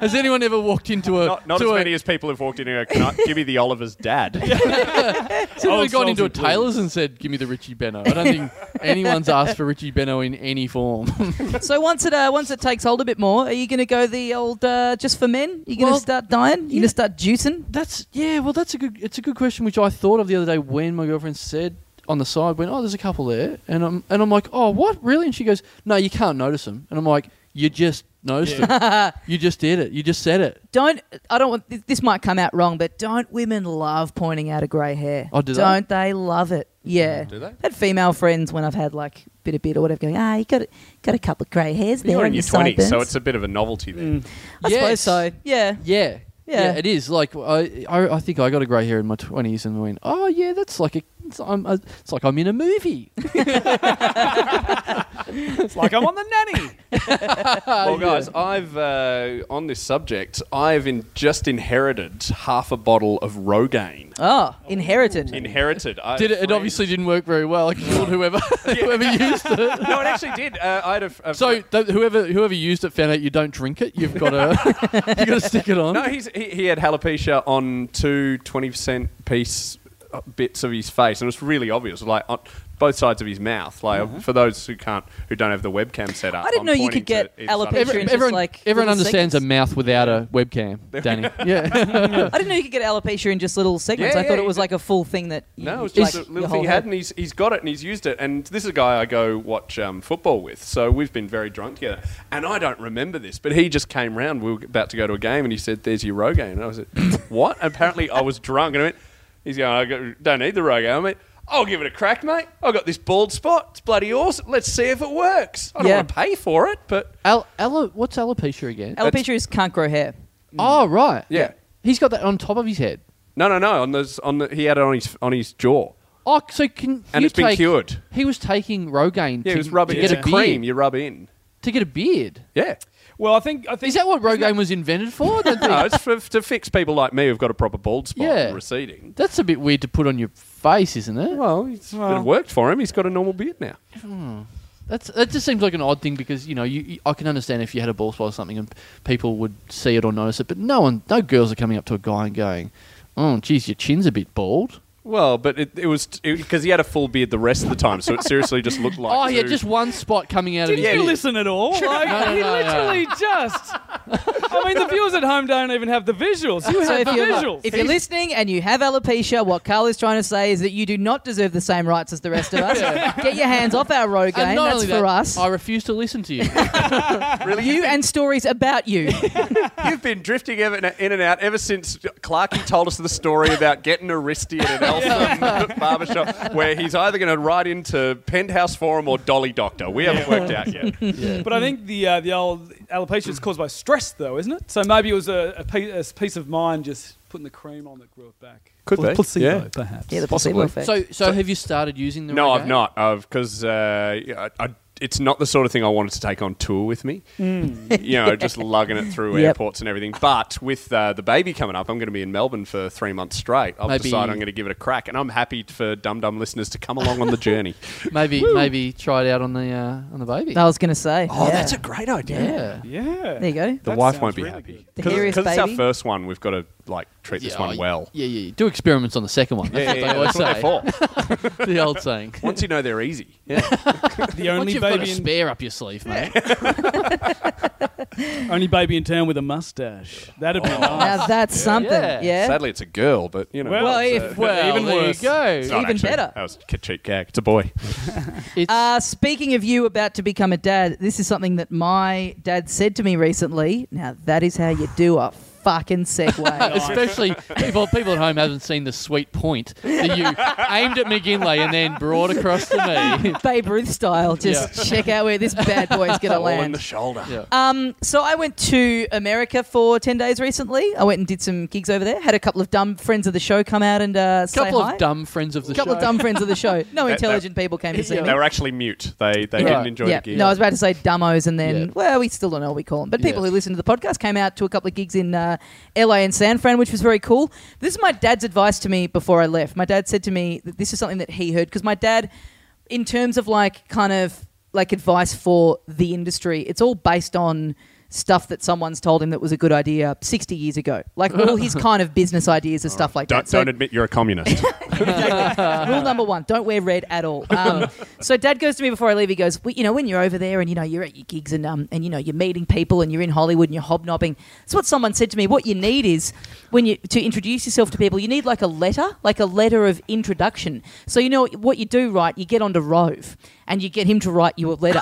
[SPEAKER 2] Has anyone ever walked into a
[SPEAKER 4] Not, not
[SPEAKER 2] to
[SPEAKER 4] as
[SPEAKER 2] a,
[SPEAKER 4] many as people have walked in and go, Can *laughs* I- give me the Oliver's dad.
[SPEAKER 2] has anyone
[SPEAKER 3] Old
[SPEAKER 2] gone into a
[SPEAKER 3] salty, please.
[SPEAKER 2] tailor's and said, "Give me the Richie Benno"? I don't think
[SPEAKER 4] *laughs*
[SPEAKER 2] anyone's asked for Richie Benno in any form.
[SPEAKER 1] So once it uh, once it takes hold a bit more, are you going to go the old uh, just for men? You're going to
[SPEAKER 2] Well,
[SPEAKER 1] start dying? You're
[SPEAKER 2] yeah.
[SPEAKER 1] going to start juicing?
[SPEAKER 2] that's yeah. Well, that's a good. It's a good question, which I thought of the other day when my girlfriend said on the side, "Went, oh, there's a couple there," and I'm and I'm like, "Oh, what really?" And she goes, "No, you can't notice them." And I'm like, "You just No, Stu. you just did it. You just said it.
[SPEAKER 1] Don't I don't want th- this might come out wrong, but don't women love pointing out a grey hair?
[SPEAKER 2] Oh, do they?
[SPEAKER 1] not they? love it? Yeah.
[SPEAKER 4] Mm, Do they?
[SPEAKER 1] Had female friends when I've had like bit of bit or whatever going, ah, you got a, got a couple of grey hairs there
[SPEAKER 4] You're
[SPEAKER 1] on
[SPEAKER 4] in
[SPEAKER 1] your
[SPEAKER 4] your twenties, so
[SPEAKER 1] sideburns."
[SPEAKER 4] it's a bit of a novelty then.
[SPEAKER 1] I suppose
[SPEAKER 2] Yes.
[SPEAKER 1] so. Yeah.
[SPEAKER 2] Yeah.
[SPEAKER 1] Yeah.
[SPEAKER 2] it is. Like I, I, I think I got a grey hair in my twenties and went, oh yeah, that's like a, it's, I'm, a, it's like I'm in a movie.
[SPEAKER 3] It's like I'm on the nanny.
[SPEAKER 1] *laughs* Oh,
[SPEAKER 4] well, guys, I've uh, on this subject, I've in, just inherited half a bottle of Rogaine.
[SPEAKER 1] Oh, inherited.
[SPEAKER 4] Inherited. I,
[SPEAKER 2] Did it? It
[SPEAKER 4] friend- *laughs*
[SPEAKER 2] obviously didn't work very well. I killed *laughs* whoever whoever used it.
[SPEAKER 4] No, it actually did. Uh, I had a, f- a
[SPEAKER 2] So th- whoever whoever used it found out you don't drink it. You've got
[SPEAKER 4] *laughs*
[SPEAKER 2] to *laughs* you got to stick it on.
[SPEAKER 4] No, he's, he, he had alopecia on two 20 percent piece uh, bits of his face, and it was really obvious, like on both sides of his mouth. Like for those who can't, who don't have the webcam set up,
[SPEAKER 1] Mm-hmm. I didn't
[SPEAKER 4] I'm
[SPEAKER 1] know you
[SPEAKER 4] pointing
[SPEAKER 1] could get
[SPEAKER 4] to each side of
[SPEAKER 1] alopecia
[SPEAKER 4] his
[SPEAKER 1] in
[SPEAKER 4] face.
[SPEAKER 1] just
[SPEAKER 2] everyone
[SPEAKER 1] like
[SPEAKER 2] everyone
[SPEAKER 1] little
[SPEAKER 2] understands a
[SPEAKER 1] segments.
[SPEAKER 2] mouth without a webcam, Danny.
[SPEAKER 4] *laughs*
[SPEAKER 2] Yeah.
[SPEAKER 1] I didn't know you could get alopecia in just little segments.
[SPEAKER 4] Yeah,
[SPEAKER 1] I thought
[SPEAKER 4] yeah,
[SPEAKER 1] it was
[SPEAKER 4] you
[SPEAKER 1] like a full thing that. You,
[SPEAKER 4] No, it's
[SPEAKER 1] like,
[SPEAKER 4] just a
[SPEAKER 1] your
[SPEAKER 4] little
[SPEAKER 1] whole
[SPEAKER 4] thing e- he
[SPEAKER 1] head.
[SPEAKER 4] had, and he's, he's got it and he's used it. And this is a guy I go watch um, football with, so we've been very drunk together. And I don't remember this, but he just came round. We were about to go to a game, and he said, *laughs* "There's your Rogaine." And I was like, "What?" Apparently, I was drunk, and I went, "He's going, I go- don't need the Rogaine." I went, "I'll give it a crack, mate. I got this bald spot. It's bloody awesome. Let's see if it works. I don't
[SPEAKER 1] Yeah.
[SPEAKER 4] want to pay for it, but
[SPEAKER 2] Al, alo- what's alopecia again?
[SPEAKER 1] Alopecia is can't grow hair.
[SPEAKER 2] oh right.
[SPEAKER 4] Yeah.
[SPEAKER 2] He's got that on top of his head.
[SPEAKER 4] no, no, no. On this, on the, he had it on his on his jaw.
[SPEAKER 2] Oh, so can
[SPEAKER 4] And
[SPEAKER 2] you
[SPEAKER 4] it's been
[SPEAKER 2] take-
[SPEAKER 4] cured.
[SPEAKER 2] He was taking Rogaine. to,
[SPEAKER 4] Yeah, he was rubbing.
[SPEAKER 2] to get
[SPEAKER 4] It's
[SPEAKER 2] a
[SPEAKER 4] a cream
[SPEAKER 2] beard.
[SPEAKER 4] you rub in.
[SPEAKER 2] To get a beard.
[SPEAKER 4] Yeah.
[SPEAKER 3] Well, I think I think
[SPEAKER 2] Is that what Rogaine was invented for? *laughs* That thing-
[SPEAKER 4] no, it's for, to fix people like me who've got a proper bald spot
[SPEAKER 2] Yeah.
[SPEAKER 4] and receding.
[SPEAKER 2] That's a bit weird to put on your face, isn't it?
[SPEAKER 4] Well, it's, it worked for him. He's got a normal beard now.
[SPEAKER 2] That's that just seems like an odd thing because you know you, you- I can understand if you had a ball spot or something and people would see it or notice it, but no one, no girls are coming up to a guy and going, "Oh, geez, your chin's a bit bald."
[SPEAKER 4] Well, but it, it was because he had a full beard the rest of the time, so it seriously just looked like.
[SPEAKER 2] *laughs* oh, yeah,
[SPEAKER 4] two-
[SPEAKER 2] just one spot coming out of
[SPEAKER 3] Did
[SPEAKER 2] his
[SPEAKER 3] you
[SPEAKER 2] beard.
[SPEAKER 3] listen at all? Like,
[SPEAKER 2] No, no,
[SPEAKER 3] he
[SPEAKER 2] no, no.
[SPEAKER 3] literally just. I mean, the viewers at home don't even have the visuals. You
[SPEAKER 1] *laughs* So
[SPEAKER 3] have
[SPEAKER 1] if
[SPEAKER 3] the
[SPEAKER 1] you're,
[SPEAKER 3] visuals.
[SPEAKER 1] if you're listening and you have alopecia, what Carl is trying to say is that you do not deserve the same rights as the rest of us. Get your hands off our road game.
[SPEAKER 2] And not
[SPEAKER 1] That's
[SPEAKER 2] only
[SPEAKER 1] for
[SPEAKER 2] that,
[SPEAKER 1] us.
[SPEAKER 2] I refuse to listen to
[SPEAKER 4] *laughs*
[SPEAKER 2] you.
[SPEAKER 4] really,
[SPEAKER 1] you and stories about you.
[SPEAKER 4] you've been drifting ever, in and out ever since Clarky told us the story about getting a
[SPEAKER 2] *laughs*
[SPEAKER 4] wristy at an Eltham barbershop, where he's either going to ride into Penthouse Forum or Dolly Doctor. We haven't worked out yet.
[SPEAKER 3] But I think the uh, the old alopecia is caused by stress, though, isn't it? So maybe it was a, a, pe- a peace of mind just putting the cream on that grew it back.
[SPEAKER 4] Could
[SPEAKER 3] Pla-
[SPEAKER 4] be,
[SPEAKER 3] placebo,
[SPEAKER 4] yeah.
[SPEAKER 3] perhaps.
[SPEAKER 1] yeah, the placebo
[SPEAKER 4] Possibly.
[SPEAKER 1] effect.
[SPEAKER 2] so, so have you started using the?
[SPEAKER 4] No, I've
[SPEAKER 2] Rogaine?
[SPEAKER 4] not. I've because uh, yeah, I, I- it's not the sort of thing I wanted to take on tour with me. *laughs* You know, just lugging it through
[SPEAKER 1] Hmm. Yep.
[SPEAKER 4] airports and everything. But with uh, the baby coming up, I'm going to be in Melbourne for three months straight. I've
[SPEAKER 2] Maybe-
[SPEAKER 4] decided I'm going to give it a crack, and I'm happy for Dum Dum listeners to come along on
[SPEAKER 1] *laughs*
[SPEAKER 4] the journey.
[SPEAKER 2] Maybe, maybe try it out on the uh, on the baby.
[SPEAKER 1] I was going to say.
[SPEAKER 4] Oh,
[SPEAKER 1] yeah.
[SPEAKER 4] that's a great idea.
[SPEAKER 2] Yeah.
[SPEAKER 3] *laughs* Yeah.
[SPEAKER 1] There you go.
[SPEAKER 4] The
[SPEAKER 3] That
[SPEAKER 4] wife
[SPEAKER 3] sounds
[SPEAKER 4] won't be
[SPEAKER 3] really
[SPEAKER 4] happy
[SPEAKER 1] good. The hairiest
[SPEAKER 4] because it's our
[SPEAKER 1] baby.
[SPEAKER 4] first one. We've got to like treat this one
[SPEAKER 2] oh,
[SPEAKER 3] *laughs*
[SPEAKER 4] well.
[SPEAKER 2] Yeah, yeah. Do experiments on the second one. That's
[SPEAKER 4] Yeah,
[SPEAKER 2] what
[SPEAKER 4] yeah,
[SPEAKER 2] they
[SPEAKER 4] that's what
[SPEAKER 2] always
[SPEAKER 4] they're
[SPEAKER 2] say.
[SPEAKER 4] for.
[SPEAKER 2] the old
[SPEAKER 4] *laughs*
[SPEAKER 2] saying.
[SPEAKER 4] Once you know
[SPEAKER 1] *laughs*
[SPEAKER 4] they're easy, yeah.
[SPEAKER 3] The
[SPEAKER 2] Once
[SPEAKER 3] only
[SPEAKER 2] you've got a
[SPEAKER 3] baby, in,
[SPEAKER 2] spare up your sleeve,
[SPEAKER 4] *laughs*
[SPEAKER 2] mate.
[SPEAKER 3] only baby in town with a mustache. That'd be nice.
[SPEAKER 1] Now Oh. that's something.
[SPEAKER 2] Yeah.
[SPEAKER 1] Yeah.
[SPEAKER 4] Sadly, it's a girl, but you know,
[SPEAKER 3] Well,
[SPEAKER 1] Well,
[SPEAKER 4] it's,
[SPEAKER 1] if-
[SPEAKER 4] uh,
[SPEAKER 2] Well,
[SPEAKER 3] Even
[SPEAKER 2] there you
[SPEAKER 3] worse.
[SPEAKER 4] it's
[SPEAKER 2] go.
[SPEAKER 4] not
[SPEAKER 1] even
[SPEAKER 4] actually.
[SPEAKER 1] better.
[SPEAKER 4] That was a cheap gag. It's a boy.
[SPEAKER 2] It's,
[SPEAKER 1] Uh, speaking of you about to become a dad, this is something that my dad said to me recently. Now that is how you do a fucking
[SPEAKER 2] *laughs*
[SPEAKER 1] segue.
[SPEAKER 2] uh, especially people people at home haven't seen the sweet point
[SPEAKER 1] *laughs*
[SPEAKER 2] that you aimed at McGinley and then brought across to me.
[SPEAKER 1] *laughs* Babe Ruth style. Just check out where this bad boy is going to
[SPEAKER 4] *laughs* All in
[SPEAKER 1] land.
[SPEAKER 4] the shoulder.
[SPEAKER 2] Yeah.
[SPEAKER 1] Um, so I went to America for ten days recently. I went and did some gigs over there. Had a couple of dumb friends of the show come out and uh, say
[SPEAKER 2] couple
[SPEAKER 1] hi.
[SPEAKER 2] of dumb friends of the
[SPEAKER 1] a couple
[SPEAKER 2] show.
[SPEAKER 1] of dumb friends of the show. No
[SPEAKER 4] that-
[SPEAKER 1] intelligent people
[SPEAKER 2] *laughs*
[SPEAKER 1] came to see me.
[SPEAKER 4] They were actually mute. They they
[SPEAKER 2] Yeah.
[SPEAKER 4] didn't enjoy
[SPEAKER 1] yeah.
[SPEAKER 4] the gig.
[SPEAKER 1] No, I was about to say dummos, and then
[SPEAKER 2] Yeah.
[SPEAKER 1] well, we still don't know what we call them. But people
[SPEAKER 2] Yeah.
[SPEAKER 1] who listen to the podcast came out to a couple of gigs in uh, LA and San Fran, which was very cool. This is my dad's advice to me before I left. My dad said to me that this is something that he heard because my dad, in terms of like kind of like advice for the industry, it's all based on stuff that someone's told him that was a good idea 60 years ago like all
[SPEAKER 4] *laughs*
[SPEAKER 1] his kind of business ideas and stuff like
[SPEAKER 4] don't,
[SPEAKER 1] that So-
[SPEAKER 4] don't admit you're a communist.
[SPEAKER 1] *laughs* Rule number one: don't wear red at all. Um, so Dad goes to me before I leave. He goes, well, you know, when you're over there and you know you're at your gigs and um and you know you're meeting people and you're in Hollywood and you're hobnobbing. That's what someone said to me. What you need is when you to introduce yourself to people, you need like a letter, like a letter of introduction. So you know what you do, right? You get onto *laughs* Rove and you get him to write you a letter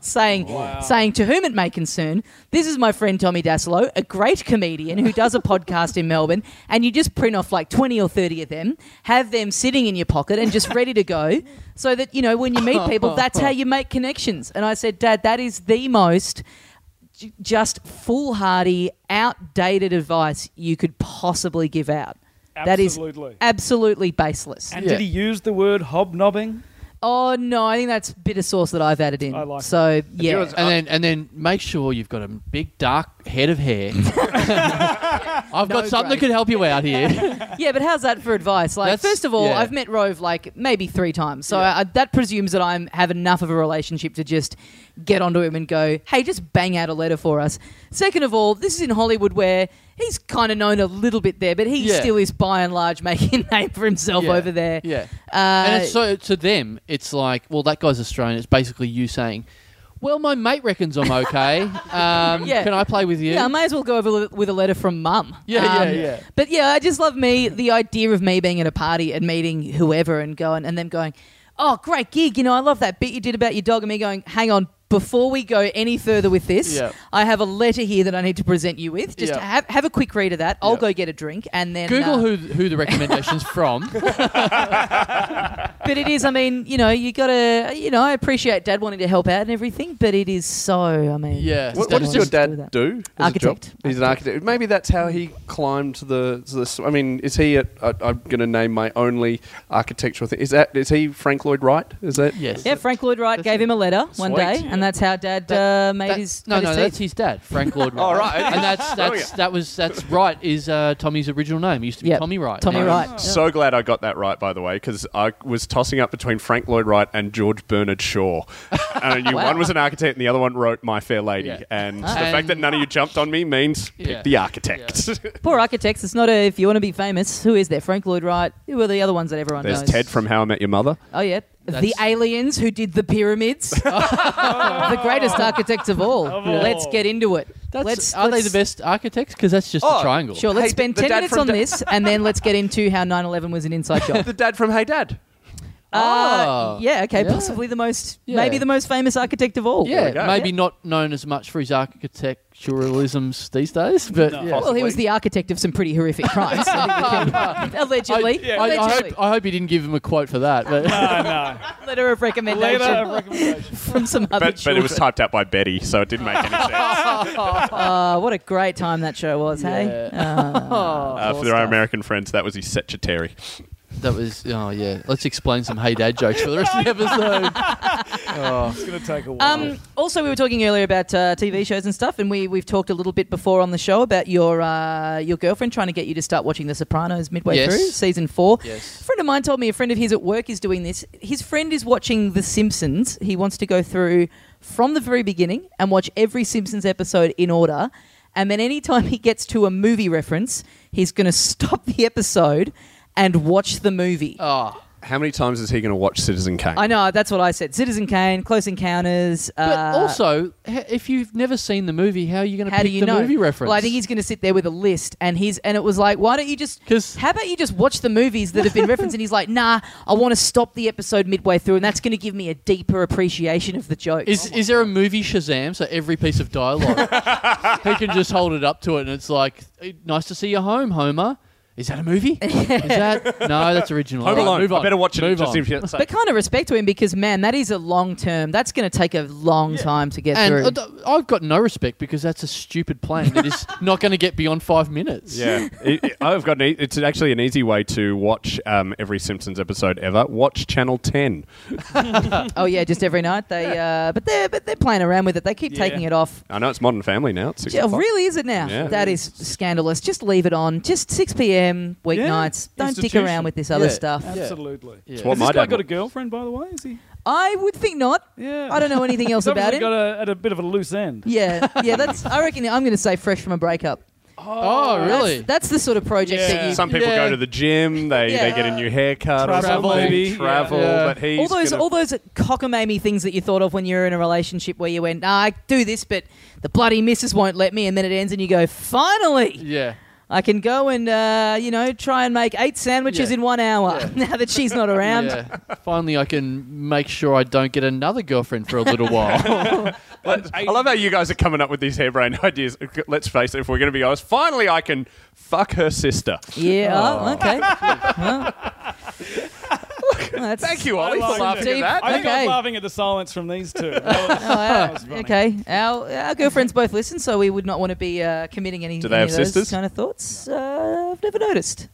[SPEAKER 1] saying saying to whom it may concern. This is my friend Tommy Daslow, a great comedian who does a podcast in Melbourne, and you just print off like 20 or 30 of them, have them sitting in your pocket and just ready to go, so that, you know, when you meet people, that's how you make connections. And I said, Dad, that is the most j- just foolhardy, outdated advice you could possibly give out. That
[SPEAKER 3] Absolutely.
[SPEAKER 1] is absolutely baseless.
[SPEAKER 3] And
[SPEAKER 2] Yeah.
[SPEAKER 3] did he use the word hobnobbing?
[SPEAKER 1] Oh no, I think that's bit of sauce that I've added in.
[SPEAKER 3] I like
[SPEAKER 1] so yeah,
[SPEAKER 4] yours-
[SPEAKER 2] And then and then make sure you've got a big dark head
[SPEAKER 1] *laughs*
[SPEAKER 2] of hair. *laughs* I've got something that
[SPEAKER 1] great.
[SPEAKER 2] could help you
[SPEAKER 1] *laughs*
[SPEAKER 2] out here.
[SPEAKER 1] yeah. But how's that for advice? Like,
[SPEAKER 2] That's-
[SPEAKER 1] first of all,
[SPEAKER 2] yeah.
[SPEAKER 1] I've met Rove like maybe three times, so I, that presumes that I'm have enough of a relationship to just get onto him and go, hey, just bang out a letter for us. Second of all, this is in Hollywood where he's kind of known a little bit there, but he
[SPEAKER 2] Yeah.
[SPEAKER 1] still is by and large *laughs* making a name for himself
[SPEAKER 2] Yeah.
[SPEAKER 1] over there.
[SPEAKER 2] Yeah.
[SPEAKER 1] Uh,
[SPEAKER 2] and it's so to them, it's like, well, that guy's Australian. It's basically you saying, well, my mate reckons
[SPEAKER 1] *laughs*
[SPEAKER 2] I'm okay. Um,
[SPEAKER 1] Yeah.
[SPEAKER 2] Can I play with you?
[SPEAKER 1] Yeah, I may as well go over with a letter from mum. Um,
[SPEAKER 2] Yeah, yeah, yeah.
[SPEAKER 1] But yeah, I just love me the idea of me being at a party and meeting whoever and going and them going, "Oh, great gig! You know, I love that bit you did about your dog." And me going, "Hang on." Before we go any further with this,
[SPEAKER 2] Yeah.
[SPEAKER 1] I have a letter here that I need to present you with. Just
[SPEAKER 2] Yeah.
[SPEAKER 1] have, have a quick read of that. I'll
[SPEAKER 2] Yeah.
[SPEAKER 1] go get a drink and then
[SPEAKER 2] Google
[SPEAKER 1] uh,
[SPEAKER 2] who who
[SPEAKER 1] *laughs*
[SPEAKER 2] the recommendation's from.
[SPEAKER 1] But it is. I mean, you know, you gotta. You know, I appreciate Dad wanting to help out and everything, but it is so. I mean,
[SPEAKER 2] Yeah.
[SPEAKER 4] What,
[SPEAKER 1] Dad
[SPEAKER 4] what does your
[SPEAKER 1] wants to do
[SPEAKER 4] dad
[SPEAKER 1] that.
[SPEAKER 4] do? as a job?
[SPEAKER 1] Architect.
[SPEAKER 4] He's an architect. Maybe that's how he climbed the. the s- I mean, is he? At, I, I'm going to name my only architectural thing. Is that? Is he Frank Lloyd Wright? Is that?
[SPEAKER 2] Yes.
[SPEAKER 1] Yeah, Frank Lloyd Wright
[SPEAKER 2] That's
[SPEAKER 1] gave
[SPEAKER 2] it.
[SPEAKER 1] him a letter one
[SPEAKER 4] Sweet.
[SPEAKER 1] day,
[SPEAKER 4] Yeah.
[SPEAKER 1] and that's how Dad uh, made
[SPEAKER 2] That-
[SPEAKER 1] his
[SPEAKER 2] no,
[SPEAKER 1] made
[SPEAKER 2] no,
[SPEAKER 1] his
[SPEAKER 2] that's
[SPEAKER 1] teeth.
[SPEAKER 2] his dad, Frank
[SPEAKER 1] *laughs*
[SPEAKER 2] Lloyd Wright.
[SPEAKER 4] Oh, right.
[SPEAKER 2] and that's
[SPEAKER 4] Oh,
[SPEAKER 2] that's
[SPEAKER 4] yeah.
[SPEAKER 2] that was that's Wright is uh, Tommy's original name. It used to be
[SPEAKER 1] Yep.
[SPEAKER 2] Tommy Wright.
[SPEAKER 1] Tommy
[SPEAKER 2] Now-
[SPEAKER 1] Wright.
[SPEAKER 4] So glad I got that right, by the way, because I was tossing up between Frank Lloyd Wright and George Bernard Shaw. And I knew
[SPEAKER 1] Wow.
[SPEAKER 4] one was an architect and the other one wrote My Fair Lady.
[SPEAKER 2] Yeah.
[SPEAKER 4] And
[SPEAKER 2] Ah.
[SPEAKER 4] the fact that
[SPEAKER 2] And-
[SPEAKER 4] none of you jumped on me means
[SPEAKER 2] Yeah.
[SPEAKER 4] pick the architect.
[SPEAKER 1] Poor architects. It's not a. If you want to be famous, who is there? Frank Lloyd Wright. Who are the other ones that everyone
[SPEAKER 4] There's
[SPEAKER 1] knows?
[SPEAKER 4] Ted from How I Met Your Mother.
[SPEAKER 1] Oh yeah, the
[SPEAKER 2] That's-
[SPEAKER 1] aliens who did the pyramids. *laughs* the greatest architects of all.
[SPEAKER 3] all.
[SPEAKER 1] Let's get into it.
[SPEAKER 2] That's,
[SPEAKER 1] let's,
[SPEAKER 2] are
[SPEAKER 1] let's-
[SPEAKER 2] they the best architects? Because that's just a
[SPEAKER 4] Oh,
[SPEAKER 2] triangle.
[SPEAKER 1] Sure. Let's
[SPEAKER 4] Hey,
[SPEAKER 1] spend
[SPEAKER 4] the
[SPEAKER 1] ten
[SPEAKER 4] dad
[SPEAKER 1] minutes
[SPEAKER 4] from
[SPEAKER 1] on
[SPEAKER 4] Da-
[SPEAKER 1] this, and then let's get into how 9/11 was an inside job.
[SPEAKER 4] The dad from Hey Dad.
[SPEAKER 1] Uh,
[SPEAKER 2] Oh.
[SPEAKER 1] yeah. Okay.
[SPEAKER 2] Yeah.
[SPEAKER 1] Possibly the most,
[SPEAKER 2] Yeah.
[SPEAKER 1] maybe the most famous architect of all.
[SPEAKER 4] There we
[SPEAKER 2] Yeah,
[SPEAKER 4] go.
[SPEAKER 2] maybe not known as much for his architecturalisms these days, but
[SPEAKER 3] No.
[SPEAKER 2] yeah.
[SPEAKER 1] Well, he was
[SPEAKER 4] Possibly.
[SPEAKER 1] the architect of some pretty horrific crimes. allegedly.
[SPEAKER 3] I- yeah.
[SPEAKER 2] I, I,
[SPEAKER 1] allegedly.
[SPEAKER 2] hope, I hope he didn't give him a quote for that. But
[SPEAKER 3] No,
[SPEAKER 1] letter of
[SPEAKER 3] no.
[SPEAKER 1] recommendation
[SPEAKER 3] Later, a recommendation.
[SPEAKER 1] from some other
[SPEAKER 4] But, but it was typed out by Betty, so it didn't make any sense.
[SPEAKER 1] Oh, what a great time that show was, hey? Uh,
[SPEAKER 4] Uh, for their American friends, that was his secretary.
[SPEAKER 2] that was oh yeah. Let's explain some hey dad jokes for the rest
[SPEAKER 1] *laughs*
[SPEAKER 2] of the episode.
[SPEAKER 3] It's going to take a while.
[SPEAKER 1] um, also, we were talking earlier about uh, TV shows and stuff, and we, we've talked a little bit before on the show about your uh, your girlfriend trying to get you to start watching The Sopranos midway
[SPEAKER 2] Yes.
[SPEAKER 1] through season four.
[SPEAKER 2] Yes.
[SPEAKER 1] A friend of mine told me a friend of his at work is doing this. His friend is watching The Simpsons. He wants to go through from the very beginning and watch every Simpsons episode in order. And then anytime he gets to a movie reference, he's going to stop the episode and watch the movie.
[SPEAKER 2] Oh.
[SPEAKER 4] How many times is he going to watch Citizen Kane?
[SPEAKER 1] I know, that's what I said. Citizen Kane, Close Encounters.
[SPEAKER 2] But
[SPEAKER 1] uh,
[SPEAKER 2] also, h- if you've never seen the movie, how are you going to
[SPEAKER 1] how
[SPEAKER 2] pick
[SPEAKER 1] do you
[SPEAKER 2] the
[SPEAKER 1] know?
[SPEAKER 2] movie reference?
[SPEAKER 1] Well, I think he's going to sit there with a list, and he's and it was like, why don't you just?
[SPEAKER 2] 'Cause-
[SPEAKER 1] how about you just watch the movies that have been referenced? And he's like, nah, I want to stop the episode midway through, and that's going to give me a deeper appreciation of the jokes.
[SPEAKER 2] Is, is there a movie Shazam? So every piece of
[SPEAKER 4] *laughs*
[SPEAKER 2] dialogue, he can just hold it up to it, and it's like, "Nice to see you home, Homer." Is that
[SPEAKER 1] *laughs*
[SPEAKER 2] a movie? Is that no? That's original.
[SPEAKER 4] Home
[SPEAKER 2] All right,
[SPEAKER 4] Alone.
[SPEAKER 2] Move on.
[SPEAKER 4] I better watch it.
[SPEAKER 2] Move
[SPEAKER 4] just
[SPEAKER 2] on.
[SPEAKER 4] if you-
[SPEAKER 1] but kind of respect to him because man, that is a long term. That's going to take a long time to get through.
[SPEAKER 2] And I- I've got no respect because that's a stupid plan that is not going to get beyond five minutes.
[SPEAKER 4] Yeah, It- it- I've got. An e- it's actually an easy way to watch um, every Simpsons episode ever. Watch Channel Ten.
[SPEAKER 1] oh yeah, just every night
[SPEAKER 2] *laughs*
[SPEAKER 1] they. Uh, but they're but they're playing around with it. They keep
[SPEAKER 3] Yeah.
[SPEAKER 1] taking it off.
[SPEAKER 4] I know it's Modern Family now. It's six
[SPEAKER 1] Yeah,
[SPEAKER 4] o'clock.
[SPEAKER 1] really is it now?
[SPEAKER 4] Yeah.
[SPEAKER 1] That is scandalous. Just leave it on. Just 6 p.m. weeknights. Don't dick
[SPEAKER 3] Institution.
[SPEAKER 1] around with this other
[SPEAKER 2] Yeah.
[SPEAKER 1] stuff.
[SPEAKER 2] Yeah.
[SPEAKER 3] Absolutely.
[SPEAKER 2] Yeah.
[SPEAKER 3] Has
[SPEAKER 4] what
[SPEAKER 3] this
[SPEAKER 4] my
[SPEAKER 3] guy
[SPEAKER 4] dad
[SPEAKER 3] got
[SPEAKER 4] wa-
[SPEAKER 3] a girlfriend, by the way? Is he?
[SPEAKER 1] I would think not.
[SPEAKER 3] Yeah.
[SPEAKER 1] I don't know anything else
[SPEAKER 3] He's
[SPEAKER 1] about
[SPEAKER 3] obviously
[SPEAKER 1] him.
[SPEAKER 3] got a, at a bit of a loose end.
[SPEAKER 1] yeah, yeah. That's. I reckon I'm going to say fresh from a breakup.
[SPEAKER 2] Oh, really?
[SPEAKER 1] That's, that's the sort of project that
[SPEAKER 3] Yeah.
[SPEAKER 1] you.
[SPEAKER 4] Some people
[SPEAKER 2] Yeah.
[SPEAKER 4] go to the gym. They
[SPEAKER 1] Yeah.
[SPEAKER 4] they get a new haircut. or
[SPEAKER 3] Travel,
[SPEAKER 4] something,
[SPEAKER 3] maybe.
[SPEAKER 4] Travel.
[SPEAKER 2] Yeah.
[SPEAKER 4] But he's
[SPEAKER 1] all those,
[SPEAKER 4] gonna-
[SPEAKER 1] all those cockamamie things that you thought of when you were in a relationship where you went, nah, I do this, but the bloody missus won't let me, and then it ends, and you go, finally,
[SPEAKER 2] Yeah.
[SPEAKER 1] I can go and uh, you know try and make eight sandwiches
[SPEAKER 2] Yeah.
[SPEAKER 1] in one hour. *laughs* now that she's not around,
[SPEAKER 2] Yeah. Finally, I can make sure I don't get another girlfriend for a
[SPEAKER 1] *laughs*
[SPEAKER 2] little while.
[SPEAKER 4] I love how you guys are coming up with these harebrained *laughs* ideas. Let's face it, if we're going to be honest, finally I can fuck her sister.
[SPEAKER 1] Yeah. Oh, okay. Well, that's-
[SPEAKER 4] Thank you, Ollie,
[SPEAKER 3] I
[SPEAKER 4] for
[SPEAKER 3] like
[SPEAKER 4] laughing
[SPEAKER 1] it.
[SPEAKER 4] at
[SPEAKER 3] I
[SPEAKER 4] that.
[SPEAKER 3] think I'm
[SPEAKER 1] Okay.
[SPEAKER 3] laughing at the silence from
[SPEAKER 1] *laughs*
[SPEAKER 3] these two.
[SPEAKER 1] Oh, wow.
[SPEAKER 3] was funny.
[SPEAKER 1] okay. Our, our girlfriends both listen, so we would not want to be uh, committing any,
[SPEAKER 4] Do they
[SPEAKER 1] any
[SPEAKER 4] have
[SPEAKER 1] of those
[SPEAKER 4] sisters?
[SPEAKER 1] kind of thoughts. Uh, I've never
[SPEAKER 2] *laughs*
[SPEAKER 1] noticed.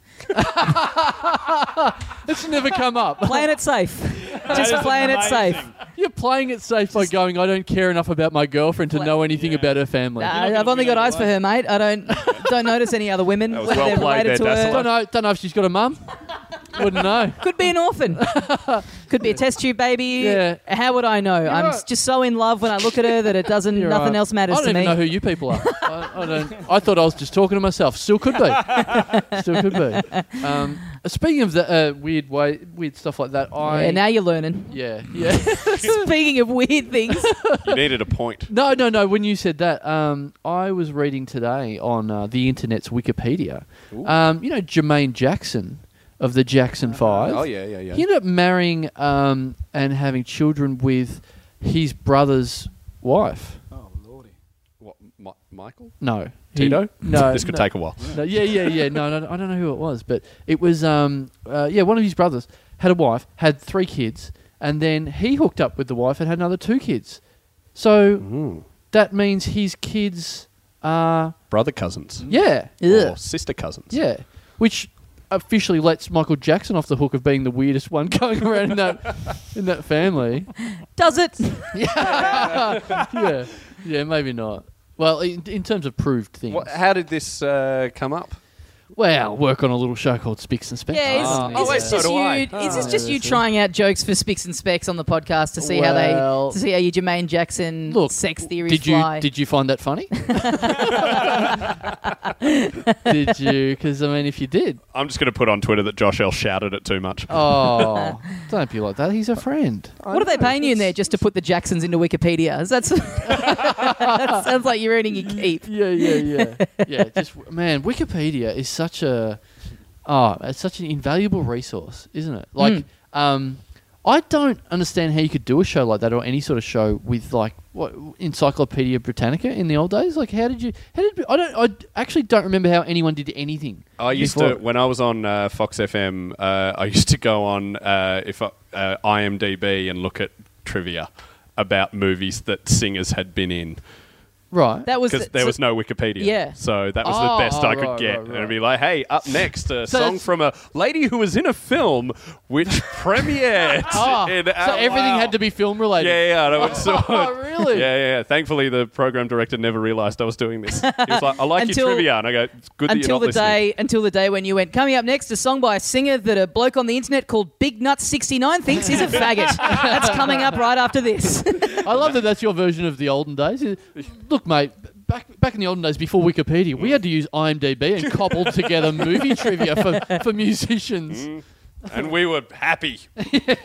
[SPEAKER 2] it's never come up.
[SPEAKER 1] Playing it safe. *laughs* Just
[SPEAKER 3] is
[SPEAKER 1] playing it
[SPEAKER 3] amazing.
[SPEAKER 1] safe.
[SPEAKER 2] You're playing it safe by going, I don't care enough about my girlfriend to
[SPEAKER 1] Pla-
[SPEAKER 2] know anything
[SPEAKER 3] Yeah.
[SPEAKER 2] about her family.
[SPEAKER 1] Nah,
[SPEAKER 3] gonna
[SPEAKER 1] Uh, I've only
[SPEAKER 3] be
[SPEAKER 1] got eyes for
[SPEAKER 3] alone.
[SPEAKER 1] her, mate. I
[SPEAKER 2] *laughs*
[SPEAKER 1] don't don't notice any other women
[SPEAKER 4] That was
[SPEAKER 1] whether
[SPEAKER 4] well
[SPEAKER 1] they're
[SPEAKER 4] played
[SPEAKER 1] related
[SPEAKER 4] there,
[SPEAKER 1] to her.
[SPEAKER 2] Don't know, don't know if she's got a mum.
[SPEAKER 1] *laughs*
[SPEAKER 2] Wouldn't know.
[SPEAKER 1] Could be an
[SPEAKER 2] *laughs*
[SPEAKER 1] orphan. Could be a test tube baby.
[SPEAKER 2] Yeah.
[SPEAKER 1] How would I know? I'm
[SPEAKER 2] right.
[SPEAKER 1] just so in love when I look at her that it doesn't.
[SPEAKER 2] You're
[SPEAKER 1] nothing
[SPEAKER 2] right.
[SPEAKER 1] else matters
[SPEAKER 2] I don't
[SPEAKER 1] to
[SPEAKER 2] even
[SPEAKER 1] me.
[SPEAKER 2] know who you people are. I, I don't. I thought I was just talking to myself. Still could
[SPEAKER 1] *laughs*
[SPEAKER 2] be. Still could be. Um, speaking of the uh, weird way, weird stuff like that. I
[SPEAKER 1] yeah, now you're
[SPEAKER 2] *laughs*
[SPEAKER 1] learning.
[SPEAKER 2] yeah yeah.
[SPEAKER 1] Speaking of weird things,
[SPEAKER 4] You needed a point.
[SPEAKER 2] No, no, no. When you said that, um, I was reading today on uh, the internet's Wikipedia.
[SPEAKER 4] Ooh.
[SPEAKER 2] Um, you know Jermaine Jackson of the Jackson Five.
[SPEAKER 4] Oh, yeah, yeah, yeah.
[SPEAKER 2] He ended up marrying um, and having children with his brother's wife.
[SPEAKER 3] Oh, lordy.
[SPEAKER 4] What, Mi- Michael?
[SPEAKER 2] No, He-
[SPEAKER 4] Tito?
[SPEAKER 2] *laughs* No,
[SPEAKER 4] Uh, This could
[SPEAKER 2] no.
[SPEAKER 4] take a while.
[SPEAKER 2] No, yeah, yeah, yeah. No, no, no, I don't know who it was, but it was um, uh, yeah, one of his brothers had a wife, had three kids, and then he hooked up with the wife and had another two kids. So
[SPEAKER 4] Mm-hmm. Hmm.
[SPEAKER 2] that means his kids are
[SPEAKER 4] Brother cousins.
[SPEAKER 2] yeah,
[SPEAKER 4] Or sister cousins.
[SPEAKER 2] yeah, which officially lets Michael Jackson off the hook of being the weirdest one *laughs* going around in that in that family.
[SPEAKER 1] does it?
[SPEAKER 2] Yeah, yeah, maybe not. Well, in, in terms of proved things,
[SPEAKER 4] What, how did this uh, come up?
[SPEAKER 2] well, work on a little show called Spicks and Specks.
[SPEAKER 1] Yeah, is,
[SPEAKER 4] Oh.
[SPEAKER 1] is
[SPEAKER 4] Oh, wait,
[SPEAKER 1] this
[SPEAKER 4] so
[SPEAKER 1] just
[SPEAKER 4] do
[SPEAKER 1] you?
[SPEAKER 4] I.
[SPEAKER 1] Is this
[SPEAKER 2] Oh.
[SPEAKER 1] just you
[SPEAKER 2] That's it.
[SPEAKER 1] trying out jokes for Spicks and Specs on the podcast to see how
[SPEAKER 2] Well-
[SPEAKER 1] they to see how you Jermaine Jackson
[SPEAKER 2] Look,
[SPEAKER 1] sex theories
[SPEAKER 2] Did you
[SPEAKER 1] fly?
[SPEAKER 2] did you find
[SPEAKER 1] *laughs*
[SPEAKER 2] that funny? did you? Because I mean, if you did,
[SPEAKER 4] I'm just going to put on Twitter that Josh L shouted it too much.
[SPEAKER 2] oh, don't be like that. He's a friend.
[SPEAKER 1] what are they paying you in there just to put the Jacksons into Wikipedia? Is That's *laughs* that sounds like you're earning your keep.
[SPEAKER 2] Yeah, yeah, yeah, yeah. Just man, Wikipedia is such a oh, it's such an invaluable resource, isn't it? Like, um, I don't understand how you could do a show like that or any sort of show with like what Encyclopedia Britannica in the old days. Like, how did you? How did I don't? I actually don't remember how anyone did anything.
[SPEAKER 4] I used
[SPEAKER 2] before.
[SPEAKER 4] to when I was on uh, Fox FM. Uh, I used to go on uh, if I, uh, IMDb and look at trivia about movies that singers had been in
[SPEAKER 2] right.
[SPEAKER 1] That was
[SPEAKER 4] because there was no Wikipedia.
[SPEAKER 1] Yeah.
[SPEAKER 4] so that was
[SPEAKER 2] Oh,
[SPEAKER 4] the best I could
[SPEAKER 2] right,
[SPEAKER 4] get,
[SPEAKER 2] right,
[SPEAKER 4] and it'd
[SPEAKER 2] right.
[SPEAKER 4] be like, "Hey, up next, a
[SPEAKER 2] So
[SPEAKER 4] song
[SPEAKER 2] it's-
[SPEAKER 4] from a lady who was in a film
[SPEAKER 2] *laughs*
[SPEAKER 4] which premiered."
[SPEAKER 2] Oh,
[SPEAKER 4] *laughs* in
[SPEAKER 2] so
[SPEAKER 4] our-
[SPEAKER 2] everything had to be film related.
[SPEAKER 4] Yeah, yeah,
[SPEAKER 2] *laughs*
[SPEAKER 4] I was so,
[SPEAKER 2] Oh, really?
[SPEAKER 4] Yeah, yeah, yeah. Thankfully, the program director never realised I was doing this. He was like, "I like
[SPEAKER 1] Until-
[SPEAKER 4] your trivia," and I go, "It's good that you're
[SPEAKER 1] until
[SPEAKER 4] not
[SPEAKER 1] the
[SPEAKER 4] listening."
[SPEAKER 1] day until the day when you went coming up next a song by a singer that a bloke on the internet called Big Nut 69 thinks is a faggot. *laughs* That's coming up right after this. *laughs*
[SPEAKER 2] I love that that's your version of the olden days. Uh, Look, mate, back back in the olden days before Wikipedia,
[SPEAKER 3] Mm.
[SPEAKER 2] we had to use IMDb and cobbled together movie trivia for, for
[SPEAKER 3] Mm.
[SPEAKER 2] musicians.
[SPEAKER 4] and we were happy.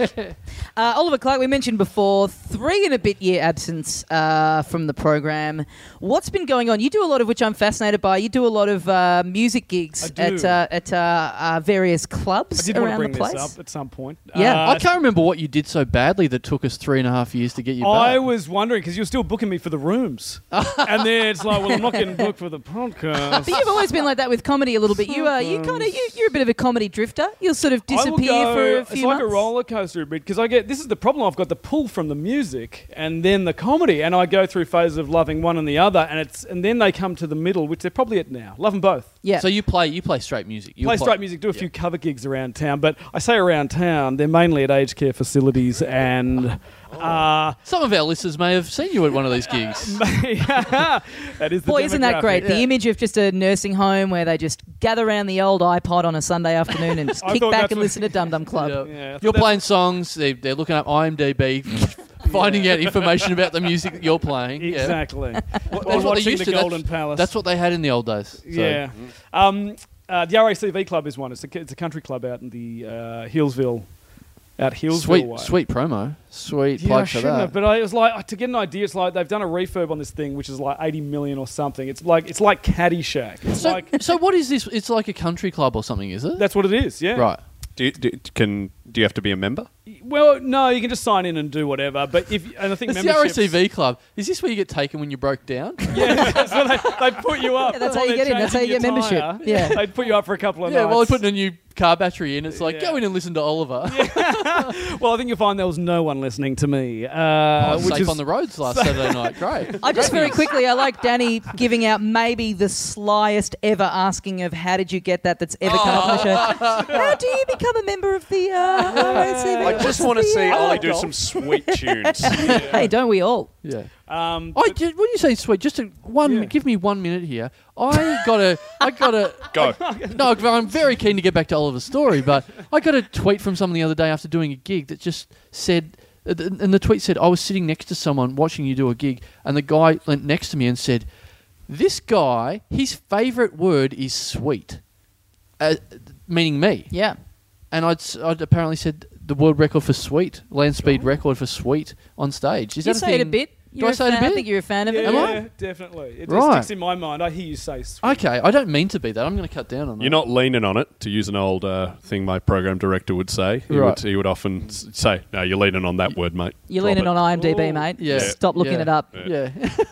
[SPEAKER 1] Uh, Oliver Clark, we mentioned before, three and a bit year absence uh, from the program. What's been going on? You do a lot of which I'm fascinated by. You do a lot of uh, music gigs
[SPEAKER 3] I do.
[SPEAKER 1] at uh, at uh, uh, various
[SPEAKER 3] I
[SPEAKER 1] clubs
[SPEAKER 3] did want to
[SPEAKER 1] around
[SPEAKER 3] bring
[SPEAKER 1] the place.
[SPEAKER 3] this up at some point. Uh,
[SPEAKER 1] Yeah.
[SPEAKER 2] I can't remember what you did so badly that took us three and a half years to get you
[SPEAKER 3] I
[SPEAKER 2] back.
[SPEAKER 3] was wondering because you're still booking me for
[SPEAKER 1] *laughs*
[SPEAKER 3] the rooms,
[SPEAKER 1] Oh.
[SPEAKER 3] and then it's like, well, I'm not getting booked for the podcast.
[SPEAKER 1] But you've always been like that with comedy a little bit. You are you kind of you, you're a bit of a comedy drifter. You'll sort of
[SPEAKER 3] I will
[SPEAKER 1] *laughs* disappear
[SPEAKER 3] go-
[SPEAKER 1] for a
[SPEAKER 3] it's
[SPEAKER 1] few
[SPEAKER 3] like
[SPEAKER 1] months.
[SPEAKER 3] a roller coaster a bit because I get this is the problem. I've got the pull from the music and then the comedy, and I go through phases of loving one and the other, and it's and then they come to the middle, which they're probably at now. Love them both.
[SPEAKER 1] yeah.
[SPEAKER 2] So you play you play straight music. You
[SPEAKER 3] play straight music, do a
[SPEAKER 2] yeah.
[SPEAKER 3] few cover gigs around town, but I say around town, they're mainly at aged care
[SPEAKER 2] *laughs*
[SPEAKER 3] facilities
[SPEAKER 2] Oh.
[SPEAKER 3] and. Uh,
[SPEAKER 2] Some of our listeners may have seen you at one of these
[SPEAKER 3] *laughs*
[SPEAKER 2] gigs.
[SPEAKER 3] that is the
[SPEAKER 1] Boy, isn't that great?
[SPEAKER 3] demographic.
[SPEAKER 1] The image of just a nursing home where they just gather around the old iPod on a Sunday afternoon
[SPEAKER 3] *laughs*
[SPEAKER 1] and just
[SPEAKER 3] I
[SPEAKER 1] kick
[SPEAKER 3] thought
[SPEAKER 1] back
[SPEAKER 3] that's
[SPEAKER 1] and
[SPEAKER 3] what-
[SPEAKER 1] listen to Dum Dum Club.
[SPEAKER 2] Yeah.
[SPEAKER 3] Yeah, I thought
[SPEAKER 2] you're
[SPEAKER 3] that's-
[SPEAKER 2] playing songs. They, they're looking up IMDb, *laughs* finding out information about the music that you're playing. Yeah.
[SPEAKER 3] Exactly.
[SPEAKER 2] *laughs*
[SPEAKER 3] Or
[SPEAKER 2] That's what they
[SPEAKER 3] watching
[SPEAKER 2] used
[SPEAKER 3] the
[SPEAKER 2] to.
[SPEAKER 3] Golden
[SPEAKER 2] that's,
[SPEAKER 3] Palace.
[SPEAKER 2] that's what they had in the old days. So-
[SPEAKER 3] Yeah. Um, uh, the RACV club is one. It's a, it's a country club out in the uh, Hillsville out Hillsville
[SPEAKER 2] Sweet,
[SPEAKER 3] way.
[SPEAKER 2] sweet promo. Sweet
[SPEAKER 3] Yeah, I
[SPEAKER 2] plug for
[SPEAKER 3] shouldn't
[SPEAKER 2] that.
[SPEAKER 3] have, but I, it was like to get an idea. It's like they've done a refurb on this thing, which is like eighty million or something. It's like it's like Caddyshack. It's
[SPEAKER 2] so,
[SPEAKER 3] like
[SPEAKER 2] *laughs* so what is this? It's like a country club or something, is it?
[SPEAKER 3] that's what it is.
[SPEAKER 2] *laughs*
[SPEAKER 3] Yeah.
[SPEAKER 2] right.
[SPEAKER 4] Do you, do, can do you have to be a member?
[SPEAKER 3] Well, no, you can just sign in and do whatever. But if and I think
[SPEAKER 2] It's the
[SPEAKER 3] memberships-
[SPEAKER 2] RACV club. Is this where you get taken when you broke
[SPEAKER 3] *laughs*
[SPEAKER 2] down?
[SPEAKER 3] Yeah, so *laughs* they, they put you up.
[SPEAKER 1] Yeah, that's how
[SPEAKER 3] while
[SPEAKER 1] you
[SPEAKER 3] they're
[SPEAKER 1] get in. That's how you
[SPEAKER 3] changing
[SPEAKER 1] get
[SPEAKER 3] your
[SPEAKER 1] membership.
[SPEAKER 3] tyre. *laughs*
[SPEAKER 1] Yeah.
[SPEAKER 3] they put you up for a couple of
[SPEAKER 2] yeah,
[SPEAKER 3] nights.
[SPEAKER 2] while I put in a new car battery in, it's like
[SPEAKER 3] Yeah.
[SPEAKER 2] go in and listen to Oliver. *laughs*
[SPEAKER 3] Well, I think you'll find there was no one listening to me, uh,
[SPEAKER 2] I was
[SPEAKER 3] which
[SPEAKER 2] safe
[SPEAKER 3] is
[SPEAKER 2] on the roads
[SPEAKER 3] *laughs*
[SPEAKER 2] last Saturday night. Great.
[SPEAKER 1] I just very quickly, I like Danny giving out maybe the slyest ever asking of how did you get that that's ever come up on the show. How do you become a member of the uh, RACV?
[SPEAKER 4] I just want to see
[SPEAKER 1] Yeah.
[SPEAKER 4] Ollie
[SPEAKER 3] like
[SPEAKER 4] do
[SPEAKER 3] golf.
[SPEAKER 4] some sweet tunes.
[SPEAKER 1] Hey, don't we all?
[SPEAKER 2] Yeah.
[SPEAKER 1] Oh,
[SPEAKER 3] um,
[SPEAKER 2] I did, when you say sweet, just a, one.
[SPEAKER 3] Yeah.
[SPEAKER 2] Give me one minute here. I got a. I got a.
[SPEAKER 4] Go.
[SPEAKER 2] *laughs* No, I'm very keen to get back to Oliver's story, but I got a tweet from someone the other day after doing a gig that just said, uh, and the tweet said, I was sitting next to someone watching you do a gig, and the guy leant next to me and said, This guy, his favourite word is sweet, uh, meaning me.
[SPEAKER 1] Yeah.
[SPEAKER 2] And I'd, s- I'd apparently said the world record for sweet, land speed record for sweet on stage. Is
[SPEAKER 1] you
[SPEAKER 2] that
[SPEAKER 1] say it
[SPEAKER 2] a
[SPEAKER 1] a
[SPEAKER 2] thing?
[SPEAKER 1] bit.
[SPEAKER 2] Do
[SPEAKER 1] You're
[SPEAKER 2] I say it a
[SPEAKER 1] fan-
[SPEAKER 2] bit?
[SPEAKER 1] I think you're a fan of it.
[SPEAKER 3] yeah,
[SPEAKER 2] Am I?
[SPEAKER 3] definitely. It
[SPEAKER 2] Right.
[SPEAKER 3] just sticks in my mind. I hear you say sweet.
[SPEAKER 2] Okay, I don't mean to be that. I'm going to cut down on that.
[SPEAKER 4] You're not leaning on it, to use an old uh, thing my program director would say. He,
[SPEAKER 2] Right.
[SPEAKER 4] would, he would often s- say, No, you're leaning on that word, mate.
[SPEAKER 1] You're
[SPEAKER 4] Drop
[SPEAKER 1] leaning
[SPEAKER 4] it."
[SPEAKER 1] on IMDb,
[SPEAKER 3] Ooh.
[SPEAKER 1] mate.
[SPEAKER 2] Yeah.
[SPEAKER 1] Stop looking
[SPEAKER 2] Yeah.
[SPEAKER 1] it up.
[SPEAKER 2] Yeah. *laughs*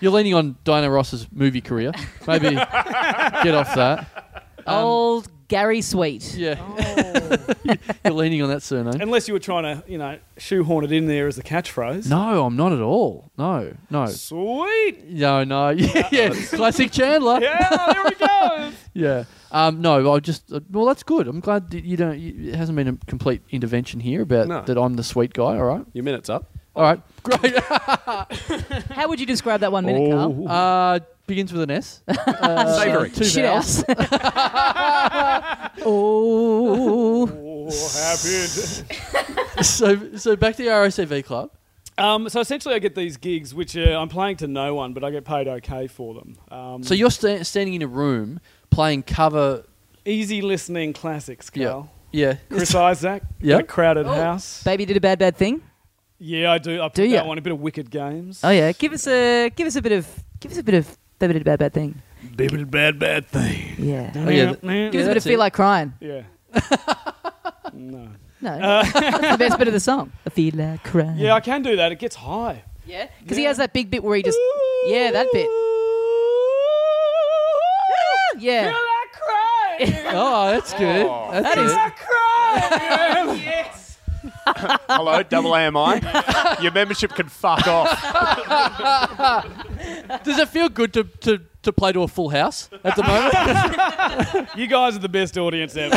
[SPEAKER 2] You're leaning on Diana Ross's movie career. Maybe get off that.
[SPEAKER 1] Old Gary Sweet.
[SPEAKER 2] Yeah.
[SPEAKER 3] Oh.
[SPEAKER 1] Oh.
[SPEAKER 2] You're leaning on that surname.
[SPEAKER 3] Unless you were trying to, you know, shoehorn it in there as a catchphrase.
[SPEAKER 2] No, I'm not at all. No, no.
[SPEAKER 3] Sweet.
[SPEAKER 2] No, no. *laughs* Yeah, yeah. Classic Chandler.
[SPEAKER 3] *laughs* Yeah, there
[SPEAKER 2] *laughs*
[SPEAKER 3] we go.
[SPEAKER 2] Yeah. Um, no, I just. uh, Well, that's good. I'm glad that you don't. You, it hasn't been a complete intervention here about
[SPEAKER 4] No.
[SPEAKER 2] that I'm the sweet guy. All right.
[SPEAKER 4] Your minute's up.
[SPEAKER 2] All right. Great.
[SPEAKER 1] How would you describe that one
[SPEAKER 4] Oh,
[SPEAKER 1] minute, Carl?
[SPEAKER 2] Uh, begins with an S. Uh,
[SPEAKER 4] Savoury.
[SPEAKER 2] Two
[SPEAKER 1] Shit
[SPEAKER 2] vowels.
[SPEAKER 1] house. *laughs* oh.
[SPEAKER 3] Oh, happy.
[SPEAKER 2] *laughs* So, so back to the ROCV club.
[SPEAKER 3] Um, so essentially, I get these gigs, which uh, I'm playing to no one, but I get paid okay for them. Um,
[SPEAKER 2] So you're sta- standing in a room playing cover.
[SPEAKER 3] easy listening classics,
[SPEAKER 2] Yeah. *laughs*
[SPEAKER 3] Carl.
[SPEAKER 1] *laughs*
[SPEAKER 2] Yeah.
[SPEAKER 3] Chris Isaac,
[SPEAKER 2] Yeah.
[SPEAKER 3] that crowded house.
[SPEAKER 1] Baby did a bad, bad thing.
[SPEAKER 3] Yeah, I do. I put
[SPEAKER 1] Oh, Do
[SPEAKER 3] that
[SPEAKER 1] ya?
[SPEAKER 3] one a bit of wicked games.
[SPEAKER 1] Oh yeah, give us a give us a bit of give us a bit of baby did a bad, bad thing.
[SPEAKER 3] Baby, bad, bad thing.
[SPEAKER 1] Yeah.
[SPEAKER 2] Oh, yeah.
[SPEAKER 1] Give us a bit of
[SPEAKER 2] that's
[SPEAKER 1] feel
[SPEAKER 2] it.
[SPEAKER 1] like crying.
[SPEAKER 3] Yeah. no.
[SPEAKER 1] No, that's the best bit of the song. *laughs* I feel like crying.
[SPEAKER 3] Uh, Yeah, I can do that. It gets high.
[SPEAKER 1] yeah. Because he has that big bit where he just yeah that bit.
[SPEAKER 3] Feel
[SPEAKER 1] Yeah,
[SPEAKER 3] like crying.
[SPEAKER 2] Oh, that's good. That's
[SPEAKER 1] that is
[SPEAKER 2] good.
[SPEAKER 3] crying. yes.
[SPEAKER 4] Hello, double AMI. Your membership can fuck off.
[SPEAKER 2] Does it feel good to, to, to play to a full house at the
[SPEAKER 1] *laughs*
[SPEAKER 2] moment?
[SPEAKER 3] You guys are the best audience ever.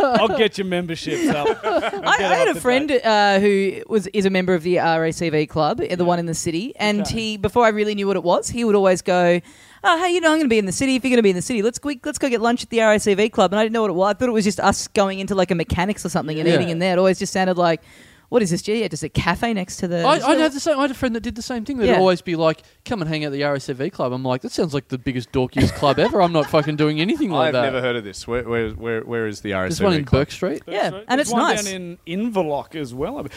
[SPEAKER 3] I'll get your memberships up.
[SPEAKER 1] I, I had a friend uh, who was is a member of the RACV club, the one in the city, and
[SPEAKER 3] Okay.
[SPEAKER 1] he before I really knew what it was, he would always go, "Oh, hey, you know, I'm going to be in the city. If you're going to be in the city, let's go, let's go get lunch at the RACV club." And I didn't know what it was. I thought it was just us going into like a mechanics or something and
[SPEAKER 2] Yeah.
[SPEAKER 1] eating in there. It always just sounded like, "What is this? Yeah, just a cafe next to the."
[SPEAKER 2] I, I had the same. I had a friend that did the same thing. They'd
[SPEAKER 1] Yeah.
[SPEAKER 2] always be like, "Come and hang out at the RSV club." I'm like, "That sounds like the biggest dorkiest club ever." I'm not fucking doing anything like
[SPEAKER 4] I've
[SPEAKER 2] that.
[SPEAKER 4] never heard of this. Where, where, where, where is the RSV
[SPEAKER 2] There's one in
[SPEAKER 4] club?
[SPEAKER 2] Burke Street.
[SPEAKER 1] *laughs* Yeah,
[SPEAKER 3] There's
[SPEAKER 1] and it's
[SPEAKER 3] one
[SPEAKER 1] nice.
[SPEAKER 3] down in Inverloch as well. I mean,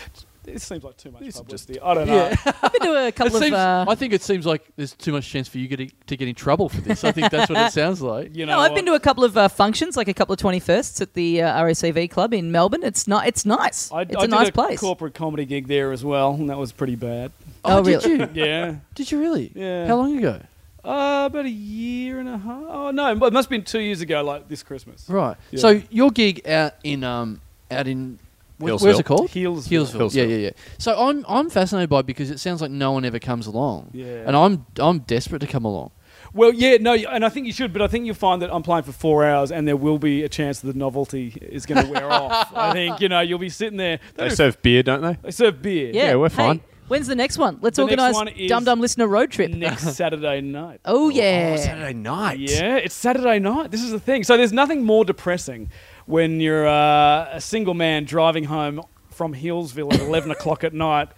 [SPEAKER 3] This seems like too much
[SPEAKER 4] These are just-
[SPEAKER 3] publicity. I don't know.
[SPEAKER 1] I've been
[SPEAKER 3] *laughs*
[SPEAKER 1] to a
[SPEAKER 2] It
[SPEAKER 1] couple of.
[SPEAKER 2] seems-
[SPEAKER 1] uh,
[SPEAKER 2] I think it seems like there's too much chance for you getting, to get in trouble for this. I think that's what
[SPEAKER 1] *laughs*
[SPEAKER 2] it sounds like.
[SPEAKER 3] You know
[SPEAKER 1] no, I've
[SPEAKER 3] what?
[SPEAKER 1] been to a couple of uh, functions, like a couple of twenty firsts at the uh, RACV club in Melbourne. It's not. It's nice.
[SPEAKER 3] I,
[SPEAKER 1] it's
[SPEAKER 3] I
[SPEAKER 1] a
[SPEAKER 3] did
[SPEAKER 1] nice
[SPEAKER 3] a
[SPEAKER 1] place.
[SPEAKER 3] corporate comedy gig there as well, and that was pretty bad.
[SPEAKER 1] Oh,
[SPEAKER 2] did
[SPEAKER 1] really? *laughs*
[SPEAKER 2] you?
[SPEAKER 3] Yeah.
[SPEAKER 2] Did you really?
[SPEAKER 3] Yeah.
[SPEAKER 2] How long ago?
[SPEAKER 3] *laughs* Uh, about a year and a half. Oh no, but it must have been two years ago, like this Christmas.
[SPEAKER 2] Right.
[SPEAKER 3] Yeah.
[SPEAKER 2] So your gig out in um out in wh- where's
[SPEAKER 4] Hillsville.
[SPEAKER 2] it called?
[SPEAKER 3] Hillsville.
[SPEAKER 2] Hillsville. Yeah, yeah, yeah. So I'm I'm fascinated by it because it sounds like no one ever comes along.
[SPEAKER 3] Yeah.
[SPEAKER 2] And I'm I'm desperate to come along.
[SPEAKER 3] Well, yeah, no, and I think you should, but I think you'll find that I'm playing for four hours, and there will be a chance that the novelty is going to wear off. I think you know you'll be sitting there. They,
[SPEAKER 4] They
[SPEAKER 3] do-
[SPEAKER 4] serve beer, don't they?
[SPEAKER 3] they serve beer.
[SPEAKER 1] yeah,
[SPEAKER 4] Yeah, we're
[SPEAKER 1] Hey,
[SPEAKER 4] fine.
[SPEAKER 1] when's the next one? Let's
[SPEAKER 3] The next
[SPEAKER 1] organise
[SPEAKER 3] one is
[SPEAKER 1] Dum Dum Listener road trip.
[SPEAKER 3] Next Saturday night.
[SPEAKER 1] Oh yeah.
[SPEAKER 4] Saturday night.
[SPEAKER 3] Yeah, it's Saturday night. This is the thing. So there's nothing more depressing when you're uh, a single man driving home from Hillsville at 11 o'clock at night,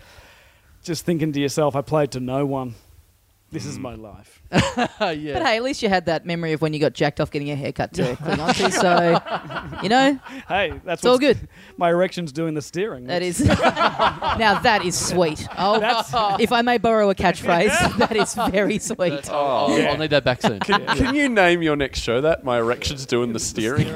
[SPEAKER 3] just thinking to yourself, I played to no one. This is my life.
[SPEAKER 2] yeah.
[SPEAKER 1] But hey, at least you had that memory of when you got jacked off getting a haircut too. so, you know,
[SPEAKER 3] Hey, that's
[SPEAKER 1] it's all
[SPEAKER 3] what's-
[SPEAKER 1] good.
[SPEAKER 3] My erection's doing the steering.
[SPEAKER 1] That
[SPEAKER 3] *laughs*
[SPEAKER 1] is now that is sweet. Oh,
[SPEAKER 3] That's-
[SPEAKER 1] if I may borrow a
[SPEAKER 3] *laughs*
[SPEAKER 1] catchphrase, that is very sweet.
[SPEAKER 2] I'll, I'll-
[SPEAKER 3] Yeah.
[SPEAKER 2] I'll need that back soon.
[SPEAKER 4] Can, can you name your next show that? My erection's doing the steering.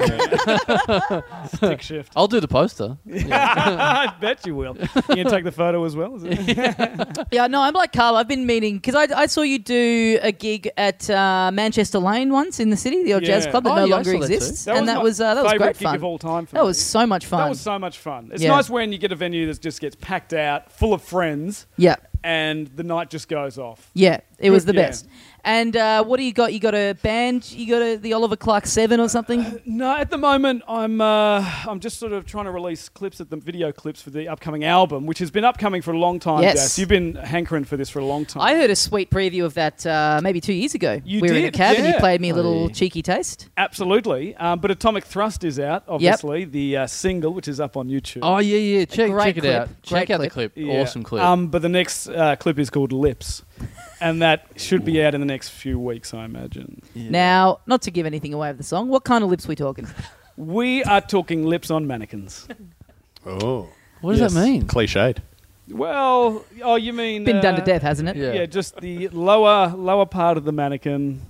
[SPEAKER 1] *laughs*
[SPEAKER 3] stick shift.
[SPEAKER 2] I'll do the poster.
[SPEAKER 3] *laughs* I bet you will. You can take the photo as well. Is it?
[SPEAKER 1] Yeah, no, I'm like Carl. I've been meaning because I, I saw you do a gig at uh, Manchester Lane once in the city, the old jazz
[SPEAKER 3] Yeah.
[SPEAKER 1] club that
[SPEAKER 2] Oh,
[SPEAKER 1] no
[SPEAKER 2] yeah, I
[SPEAKER 1] longer
[SPEAKER 2] saw that too.
[SPEAKER 1] exists,
[SPEAKER 3] That
[SPEAKER 1] and that
[SPEAKER 3] my
[SPEAKER 1] was uh, that was
[SPEAKER 3] favourite
[SPEAKER 1] great
[SPEAKER 3] gig
[SPEAKER 1] fun.
[SPEAKER 3] of all time. For
[SPEAKER 1] That
[SPEAKER 3] me.
[SPEAKER 1] was so much fun.
[SPEAKER 3] That was so much fun. It's
[SPEAKER 1] Yeah.
[SPEAKER 3] nice when you get a venue that just gets packed out, full of friends,
[SPEAKER 1] yeah,
[SPEAKER 3] and the night just goes off.
[SPEAKER 1] yeah, it was the
[SPEAKER 3] Yeah.
[SPEAKER 1] best. And uh, what do you got? You got a band? You got a, the Oliver Clark Seven or
[SPEAKER 3] *laughs*
[SPEAKER 1] something?
[SPEAKER 3] No, at the moment I'm uh, I'm just sort of trying to release clips at the video clips for the upcoming album, which has been upcoming for a long time.
[SPEAKER 1] Yes.
[SPEAKER 3] Jess. you've been hankering for this for a long time.
[SPEAKER 1] I heard a sweet preview of that uh, maybe two years ago.
[SPEAKER 3] You
[SPEAKER 1] we were in a
[SPEAKER 3] did,
[SPEAKER 1] cab and you
[SPEAKER 3] yeah.
[SPEAKER 1] played me a little
[SPEAKER 2] Aye.
[SPEAKER 1] cheeky taste.
[SPEAKER 3] Absolutely, um, but Atomic Thrust is out, obviously the uh, single, which is up on YouTube.
[SPEAKER 2] Oh yeah, yeah. Check
[SPEAKER 1] Great
[SPEAKER 2] check it
[SPEAKER 1] clip.
[SPEAKER 2] out.
[SPEAKER 1] Great
[SPEAKER 2] check out the clip.
[SPEAKER 3] Yeah.
[SPEAKER 2] Awesome clip.
[SPEAKER 3] Um, but the next uh, clip is called Lips, and that should be out in the next few weeks, I imagine.
[SPEAKER 2] Yeah.
[SPEAKER 1] Now, not to give anything away of the song, what kind of lips we talking?
[SPEAKER 3] We are talking lips on mannequins.
[SPEAKER 4] Oh,
[SPEAKER 2] what does that
[SPEAKER 3] yes.
[SPEAKER 2] mean?
[SPEAKER 4] cliched.
[SPEAKER 3] Well, oh, you mean
[SPEAKER 1] Been done to
[SPEAKER 3] uh,
[SPEAKER 1] death, hasn't it?
[SPEAKER 2] Yeah.
[SPEAKER 3] Yeah. just the lower lower part of the mannequin.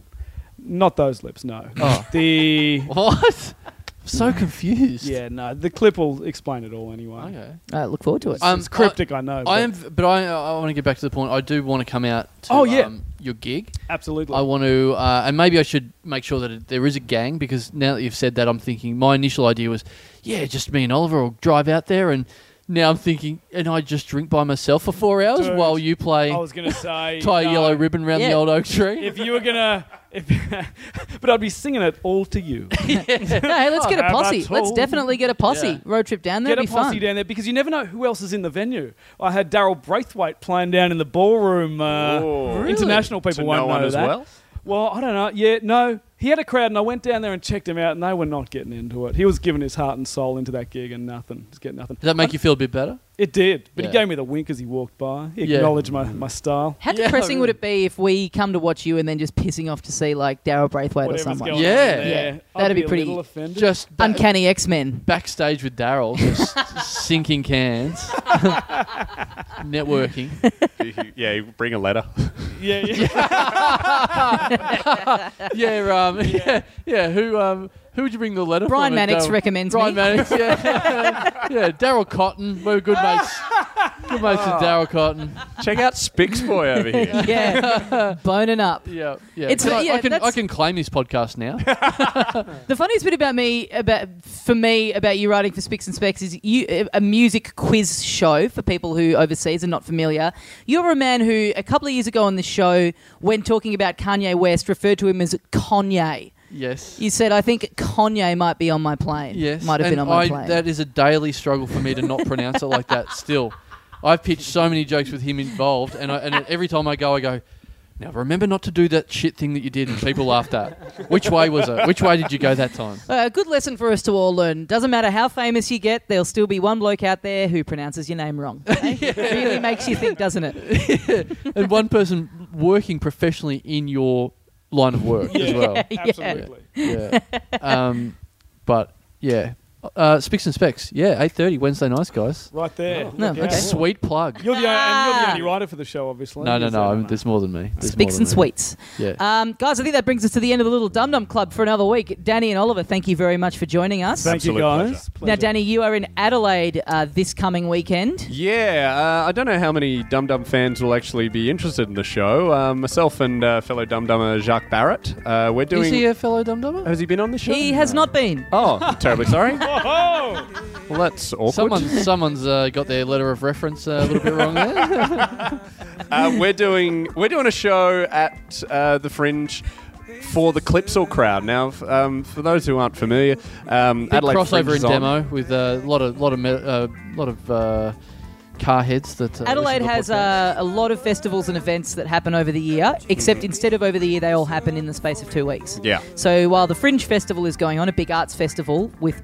[SPEAKER 3] Not those lips, no.
[SPEAKER 2] Oh.
[SPEAKER 3] The
[SPEAKER 2] *laughs* What? I'm so confused.
[SPEAKER 3] yeah, no. The clip will explain it all anyway.
[SPEAKER 2] Okay.
[SPEAKER 1] Uh, look forward to it.
[SPEAKER 2] Um,
[SPEAKER 3] it's cryptic, I, know.
[SPEAKER 2] I
[SPEAKER 3] but
[SPEAKER 2] am, but I, I want to get back to the point. I do want to come out. To,
[SPEAKER 3] Oh, yeah.
[SPEAKER 2] um, your gig.
[SPEAKER 3] absolutely.
[SPEAKER 2] I want to, uh, and maybe I should make sure that it, there is a gang because now that you've said that, I'm thinking my initial idea was, yeah, just me and Oliver will drive out there, and now I'm thinking, and I just drink by myself for four hours
[SPEAKER 3] Dude,
[SPEAKER 2] while you play
[SPEAKER 3] I was
[SPEAKER 2] *laughs*
[SPEAKER 3] gonna say
[SPEAKER 2] tie a
[SPEAKER 3] no.
[SPEAKER 2] yellow ribbon around
[SPEAKER 1] Yeah.
[SPEAKER 2] the old oak tree.
[SPEAKER 3] If you were gonna, if, *laughs* but I'd be singing it all to you.
[SPEAKER 1] No, *laughs* hey, let's get a
[SPEAKER 3] *laughs* Have I
[SPEAKER 1] posse. Let's
[SPEAKER 3] told-
[SPEAKER 1] definitely get a posse.
[SPEAKER 2] Yeah.
[SPEAKER 1] Road trip down there.
[SPEAKER 3] Get a
[SPEAKER 1] would be
[SPEAKER 3] posse
[SPEAKER 1] fun.
[SPEAKER 3] down there because you never know who else is in the venue. I had Daryl Braithwaite playing down in the ballroom. Uh,
[SPEAKER 4] Oh. Really?
[SPEAKER 3] International people
[SPEAKER 4] To
[SPEAKER 3] won't
[SPEAKER 4] no one
[SPEAKER 3] know
[SPEAKER 4] as
[SPEAKER 3] that.
[SPEAKER 4] *laughs* well.
[SPEAKER 3] Well, I don't know. Yeah, no. He had a crowd, and I went down there and checked him out, and they were not getting into it. He was giving his heart and soul into that gig, and nothing. Just getting nothing.
[SPEAKER 2] Does that make you feel a bit better?
[SPEAKER 3] It did, but
[SPEAKER 2] Yeah.
[SPEAKER 3] he gave me the wink as he walked by. He
[SPEAKER 2] Yeah.
[SPEAKER 3] acknowledged my, my style.
[SPEAKER 1] How
[SPEAKER 2] Yeah,
[SPEAKER 1] depressing would
[SPEAKER 2] really.
[SPEAKER 1] it be if we come to watch you and then just pissing off to see like Daryl Braithwaite
[SPEAKER 3] Whatever's
[SPEAKER 1] or someone?
[SPEAKER 3] going on
[SPEAKER 2] Yeah.
[SPEAKER 3] there.
[SPEAKER 1] Yeah.
[SPEAKER 3] I'd
[SPEAKER 1] That'd be
[SPEAKER 3] a
[SPEAKER 1] pretty-
[SPEAKER 3] little offended.
[SPEAKER 2] Just ba-
[SPEAKER 1] Uncanny X Men.
[SPEAKER 2] backstage with
[SPEAKER 1] *laughs*
[SPEAKER 2] Daryl, just sinking cans,
[SPEAKER 1] *laughs*
[SPEAKER 2] networking.
[SPEAKER 4] yeah, bring a letter.
[SPEAKER 3] *laughs* yeah, yeah.
[SPEAKER 2] yeah, um, *laughs* yeah, yeah. Who, um, who would you bring the letter?
[SPEAKER 1] Brian
[SPEAKER 2] from?
[SPEAKER 1] Mannix
[SPEAKER 2] Daryl-
[SPEAKER 1] recommends
[SPEAKER 2] Brian
[SPEAKER 1] me. *laughs*
[SPEAKER 2] Mannix, yeah, yeah. Daryl Cotton, we were good mates. Good mates
[SPEAKER 1] Ah.
[SPEAKER 2] with Daryl Cotton.
[SPEAKER 4] Check out Spix Boy over here.
[SPEAKER 1] *laughs*
[SPEAKER 2] *laughs*
[SPEAKER 1] yeah, boning up.
[SPEAKER 2] Yeah, yeah.
[SPEAKER 1] It's-
[SPEAKER 2] Can I,
[SPEAKER 1] yeah,
[SPEAKER 2] I can I
[SPEAKER 1] that's-
[SPEAKER 2] can claim this
[SPEAKER 1] *laughs*
[SPEAKER 2] podcast now.
[SPEAKER 1] The funniest bit about me, about for me, about you writing for Spicks and Specs is you a music quiz show for people who overseas are not familiar. You're a man who a couple of years ago on this show, when talking about Kanye West, referred to him as Kanye.
[SPEAKER 2] yes.
[SPEAKER 1] You said, "I think Kanye might be on my plane."
[SPEAKER 2] yes.
[SPEAKER 1] might have
[SPEAKER 2] and
[SPEAKER 1] been on my
[SPEAKER 2] I-
[SPEAKER 1] plane.
[SPEAKER 2] That is a daily struggle for me to not pronounce it like that. Still, I've pitched so many jokes with him involved, and I, and every time I go, I go. Now remember not to do that shit thing that you did and people laughed at. Which way was it? Which way did you go that time?
[SPEAKER 1] Uh, a good lesson for us to all learn. Doesn't matter how famous you get, there'll still be one bloke out there who pronounces your name
[SPEAKER 2] *laughs*
[SPEAKER 1] wrong. okay? It really makes you think, doesn't it?
[SPEAKER 2] and one person working professionally in your line of work
[SPEAKER 1] *laughs*
[SPEAKER 2] as
[SPEAKER 3] Yeah.
[SPEAKER 2] well.
[SPEAKER 3] *laughs* Absolutely.
[SPEAKER 2] Yeah. Um, but yeah, uh, Spicks and Specs. Yeah, eight thirty Wednesday nights, guys.
[SPEAKER 3] Right there.
[SPEAKER 1] No,
[SPEAKER 3] Look out.
[SPEAKER 1] okay.
[SPEAKER 2] Sweet plug.
[SPEAKER 3] You're the, only, and you're the only
[SPEAKER 1] Ah.
[SPEAKER 3] writer for the show, obviously.
[SPEAKER 2] No, no,
[SPEAKER 3] Is
[SPEAKER 2] no.
[SPEAKER 3] there?
[SPEAKER 2] I'm, there's more than me. There's
[SPEAKER 1] Speaks
[SPEAKER 2] more than
[SPEAKER 1] and
[SPEAKER 2] me.
[SPEAKER 1] sweets.
[SPEAKER 2] Yeah.
[SPEAKER 1] Um, guys, I think that brings us to the end of the little Dum Dum Club for another week. Danny and Oliver, thank you very much for joining us.
[SPEAKER 3] Thank
[SPEAKER 4] Absolute
[SPEAKER 3] you, guys.
[SPEAKER 4] pleasure.
[SPEAKER 1] Now,
[SPEAKER 3] Pleasure.
[SPEAKER 1] Danny, you are in Adelaide uh, this coming weekend.
[SPEAKER 4] *laughs* Yeah, uh, I don't know how many Dum Dum fans will actually be interested in the show. Uh, myself and uh, fellow Dum Dummer Jacques Barrett, uh, we're doing.
[SPEAKER 2] Is he a fellow dum dummer?
[SPEAKER 4] has he been on the show?
[SPEAKER 1] He has not been.
[SPEAKER 4] Oh, I'm
[SPEAKER 2] *laughs*
[SPEAKER 4] terribly sorry.
[SPEAKER 3] Oh!
[SPEAKER 4] Well, that's awkward.
[SPEAKER 2] Someone, someone's uh, got their letter of reference uh, a little bit wrong *laughs* there.
[SPEAKER 4] Uh, we're doing we're doing a show at uh, the Fringe for the Clipsal crowd. Now, f- um, for those who aren't familiar, um,
[SPEAKER 2] Big
[SPEAKER 4] Adelaide Fringe
[SPEAKER 2] crossover
[SPEAKER 4] is
[SPEAKER 2] in
[SPEAKER 4] on-
[SPEAKER 2] demo with a lot of lot of me- uh, lot of uh, car heads that uh,
[SPEAKER 1] Adelaide
[SPEAKER 2] listen to the
[SPEAKER 1] has
[SPEAKER 2] podcast.
[SPEAKER 1] uh, a lot of festivals and events that happen over the year, except instead of over the year, they all happen in the space of two weeks.
[SPEAKER 4] Yeah.
[SPEAKER 1] So while the Fringe Festival is going on, a big arts festival with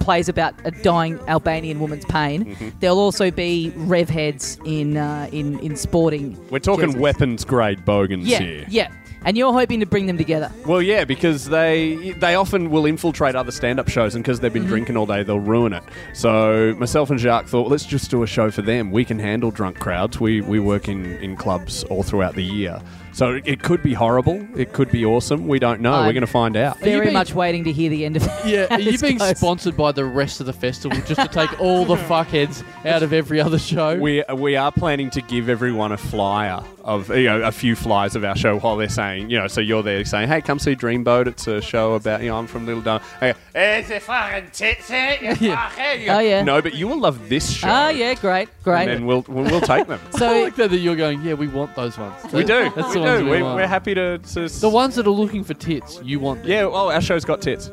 [SPEAKER 1] plays about a dying Albanian woman's pain, there'll also be rev heads in uh, in in sporting.
[SPEAKER 4] We're talking
[SPEAKER 1] jerseys.
[SPEAKER 4] weapons grade bogans
[SPEAKER 1] Yeah,
[SPEAKER 4] here.
[SPEAKER 1] yeah. And you're hoping to bring them together.
[SPEAKER 4] Well, yeah, because they they often will infiltrate other stand up shows, and because they've been
[SPEAKER 1] Mm-hmm.
[SPEAKER 4] drinking all day, they'll ruin it. So myself and Jacques thought, let's just do a show for them. We can handle drunk crowds. We we work in in clubs all throughout the year, so it, it could be horrible. It could be awesome. We don't know.
[SPEAKER 1] I'm-
[SPEAKER 4] We're going to find out.
[SPEAKER 2] you
[SPEAKER 1] Very
[SPEAKER 2] being-
[SPEAKER 1] much waiting to hear the end of it. *laughs*
[SPEAKER 2] Yeah, are you being sponsored by the rest of the festival just to take all *laughs* the fuckheads out of every other show?
[SPEAKER 4] We, we are planning to give everyone a flyer of you know a few flyers of our show while they're saying you know so you're there saying hey come see Dreamboat it's a show about you know I'm from Little Dun hey, there's a fucking tits in it
[SPEAKER 2] *laughs*
[SPEAKER 4] you
[SPEAKER 2] Yeah.
[SPEAKER 4] fuckhead." You
[SPEAKER 1] Oh,
[SPEAKER 4] go,
[SPEAKER 1] yeah.
[SPEAKER 4] no but you will love this show
[SPEAKER 1] Ah, yeah, great,
[SPEAKER 4] and
[SPEAKER 1] great.
[SPEAKER 4] then we'll we'll, we'll take them *laughs*
[SPEAKER 2] I
[SPEAKER 1] So
[SPEAKER 2] like that, that you're going, yeah, we want those ones.
[SPEAKER 4] we do
[SPEAKER 2] That's the
[SPEAKER 4] we
[SPEAKER 2] ones
[SPEAKER 4] do
[SPEAKER 2] we
[SPEAKER 4] we,
[SPEAKER 2] want.
[SPEAKER 4] we're happy to, to
[SPEAKER 2] The ones that are looking for tits, you want them.
[SPEAKER 4] yeah oh our show's got tits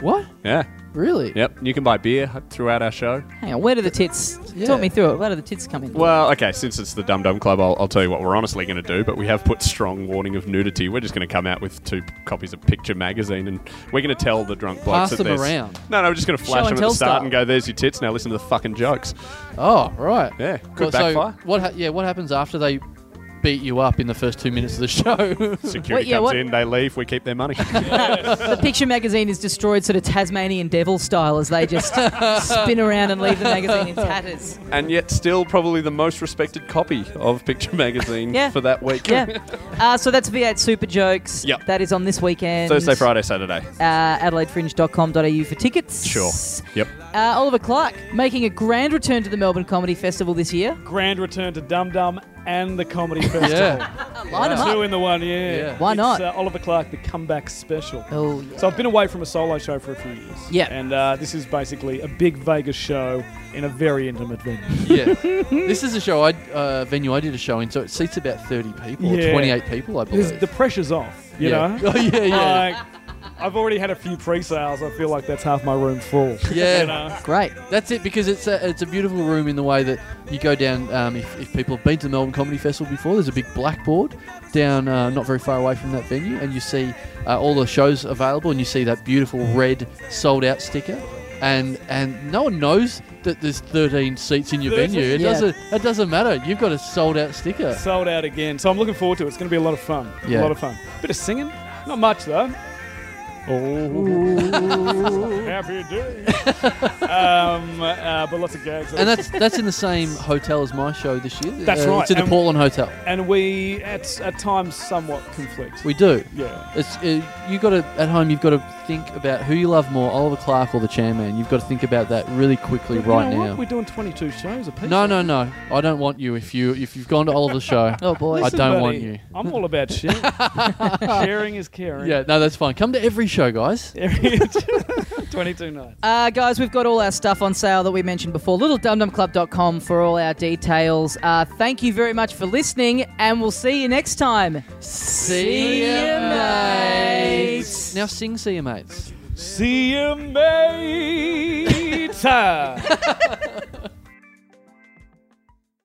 [SPEAKER 2] What?
[SPEAKER 4] yeah
[SPEAKER 2] Really?
[SPEAKER 4] yep you can buy beer throughout our show
[SPEAKER 1] hang on, where do the tits?
[SPEAKER 2] Yeah.
[SPEAKER 1] Talk me through it. Where do the tits come in?
[SPEAKER 4] Well, okay, since it's the Dum Dum Club, I'll, I'll tell you what we're honestly going to do, but we have put strong warning of nudity. We're just going to come out with two copies of Picture Magazine and we're going to tell the drunk
[SPEAKER 2] Pass
[SPEAKER 4] blokes that
[SPEAKER 2] them
[SPEAKER 4] there's-
[SPEAKER 2] around.
[SPEAKER 4] No, no, we're just going to flash
[SPEAKER 1] Show and
[SPEAKER 4] them at
[SPEAKER 1] tell
[SPEAKER 4] the start
[SPEAKER 1] style.
[SPEAKER 4] and go, there's your tits, now listen to the fucking jokes.
[SPEAKER 2] Oh, right.
[SPEAKER 4] Yeah, could
[SPEAKER 2] so
[SPEAKER 4] backfire.
[SPEAKER 2] what? Ha- yeah, what happens after they beat you up in the first two minutes of the *laughs* show?
[SPEAKER 4] *laughs* Security
[SPEAKER 1] Wait, yeah,
[SPEAKER 4] comes
[SPEAKER 1] what-
[SPEAKER 4] in, they leave, we keep their money. *laughs*
[SPEAKER 1] the picture magazine is destroyed, sort of Tasmanian devil style, as they
[SPEAKER 2] *laughs*
[SPEAKER 1] just spin around and leave the magazine in tatters.
[SPEAKER 4] and yet, still probably the most respected copy of Picture Magazine
[SPEAKER 1] Yeah.
[SPEAKER 4] for that week.
[SPEAKER 1] Yeah. Uh, so that's V8 Super Jokes.
[SPEAKER 4] Yep.
[SPEAKER 1] That is on this weekend.
[SPEAKER 4] Thursday, Friday, Saturday.
[SPEAKER 1] Uh, AdelaideFringe.com.au for tickets.
[SPEAKER 4] Sure. Yep.
[SPEAKER 1] Uh, Oliver Clark making a grand return to the Melbourne Comedy Festival this year.
[SPEAKER 3] *laughs* Grand return to Dum Dum and the Comedy Festival.
[SPEAKER 2] yeah.
[SPEAKER 1] Line 'em
[SPEAKER 3] Two
[SPEAKER 1] up.
[SPEAKER 3] in the one, yeah.
[SPEAKER 2] Yeah.
[SPEAKER 1] Why
[SPEAKER 3] It's,
[SPEAKER 1] not?
[SPEAKER 3] Uh, Oliver Clark, the comeback special.
[SPEAKER 1] Oh, yeah.
[SPEAKER 3] So I've been away from a solo show for a few years.
[SPEAKER 1] Yeah.
[SPEAKER 3] And uh, this is basically a big Vegas show in a very intimate venue.
[SPEAKER 2] yeah. This is a show I uh, venue I did a show in, so it seats about thirty people, or
[SPEAKER 3] Yeah.
[SPEAKER 2] twenty-eight people, I
[SPEAKER 3] There's-
[SPEAKER 2] believe.
[SPEAKER 3] the pressure's off, you
[SPEAKER 2] yeah.
[SPEAKER 3] know?
[SPEAKER 2] Oh *laughs* yeah, yeah,
[SPEAKER 3] Like, I've already had a few pre-sales. I feel like that's half my room full.
[SPEAKER 2] yeah.
[SPEAKER 3] You know?
[SPEAKER 1] Great.
[SPEAKER 2] That's it because it's a, it's a beautiful room in the way that you go down. Um, if, if people have been to the Melbourne Comedy Festival before, there's a big blackboard down uh, not very far away from that venue, and you see uh, all the shows available, and you see that beautiful red sold out sticker. And and no one knows that there's 13 seats in your venue. It
[SPEAKER 1] Yeah.
[SPEAKER 2] doesn't it doesn't matter. You've got a sold out sticker.
[SPEAKER 3] Sold out again. So I'm looking forward to it. It's going to be a lot of fun.
[SPEAKER 2] Yeah.
[SPEAKER 3] A lot of fun. Bit of singing. Not much, though. Oh. Happy day. um, uh, but lots of gags.
[SPEAKER 2] And that's that's in the same hotel as my show this year.
[SPEAKER 3] That's
[SPEAKER 2] Uh,
[SPEAKER 3] right,
[SPEAKER 2] It's in the
[SPEAKER 3] and-
[SPEAKER 2] Portland Hotel.
[SPEAKER 3] And we, at, at times, somewhat conflict.
[SPEAKER 2] We do.
[SPEAKER 3] yeah.
[SPEAKER 2] It's uh, you got to at home. You've got to think about who you love more, Oliver Clark or the Chairman. You've got to think about that really quickly
[SPEAKER 3] You know
[SPEAKER 2] right
[SPEAKER 3] what?
[SPEAKER 2] now.
[SPEAKER 3] We're doing 22 shows a piece.
[SPEAKER 2] No, no, no. I don't want you if you if you've gone to Oliver's show.
[SPEAKER 1] *laughs* Oh, boy.
[SPEAKER 2] I
[SPEAKER 3] Listen,
[SPEAKER 2] don't
[SPEAKER 3] buddy,
[SPEAKER 2] want you.
[SPEAKER 3] I'm all about
[SPEAKER 2] *laughs*
[SPEAKER 3] sharing. sharing is caring.
[SPEAKER 2] Yeah, no, that's fine. Come to every show, guys.
[SPEAKER 3] *laughs* 22 nights.
[SPEAKER 1] Uh, guys, we've got all our stuff on sale that we mentioned before. LittleDumDumClub.com for all our details. Uh, thank you very much for listening, and we'll see you next time.
[SPEAKER 2] See
[SPEAKER 1] ya, mates.
[SPEAKER 2] Now sing, see you, mates.
[SPEAKER 3] See you, mate.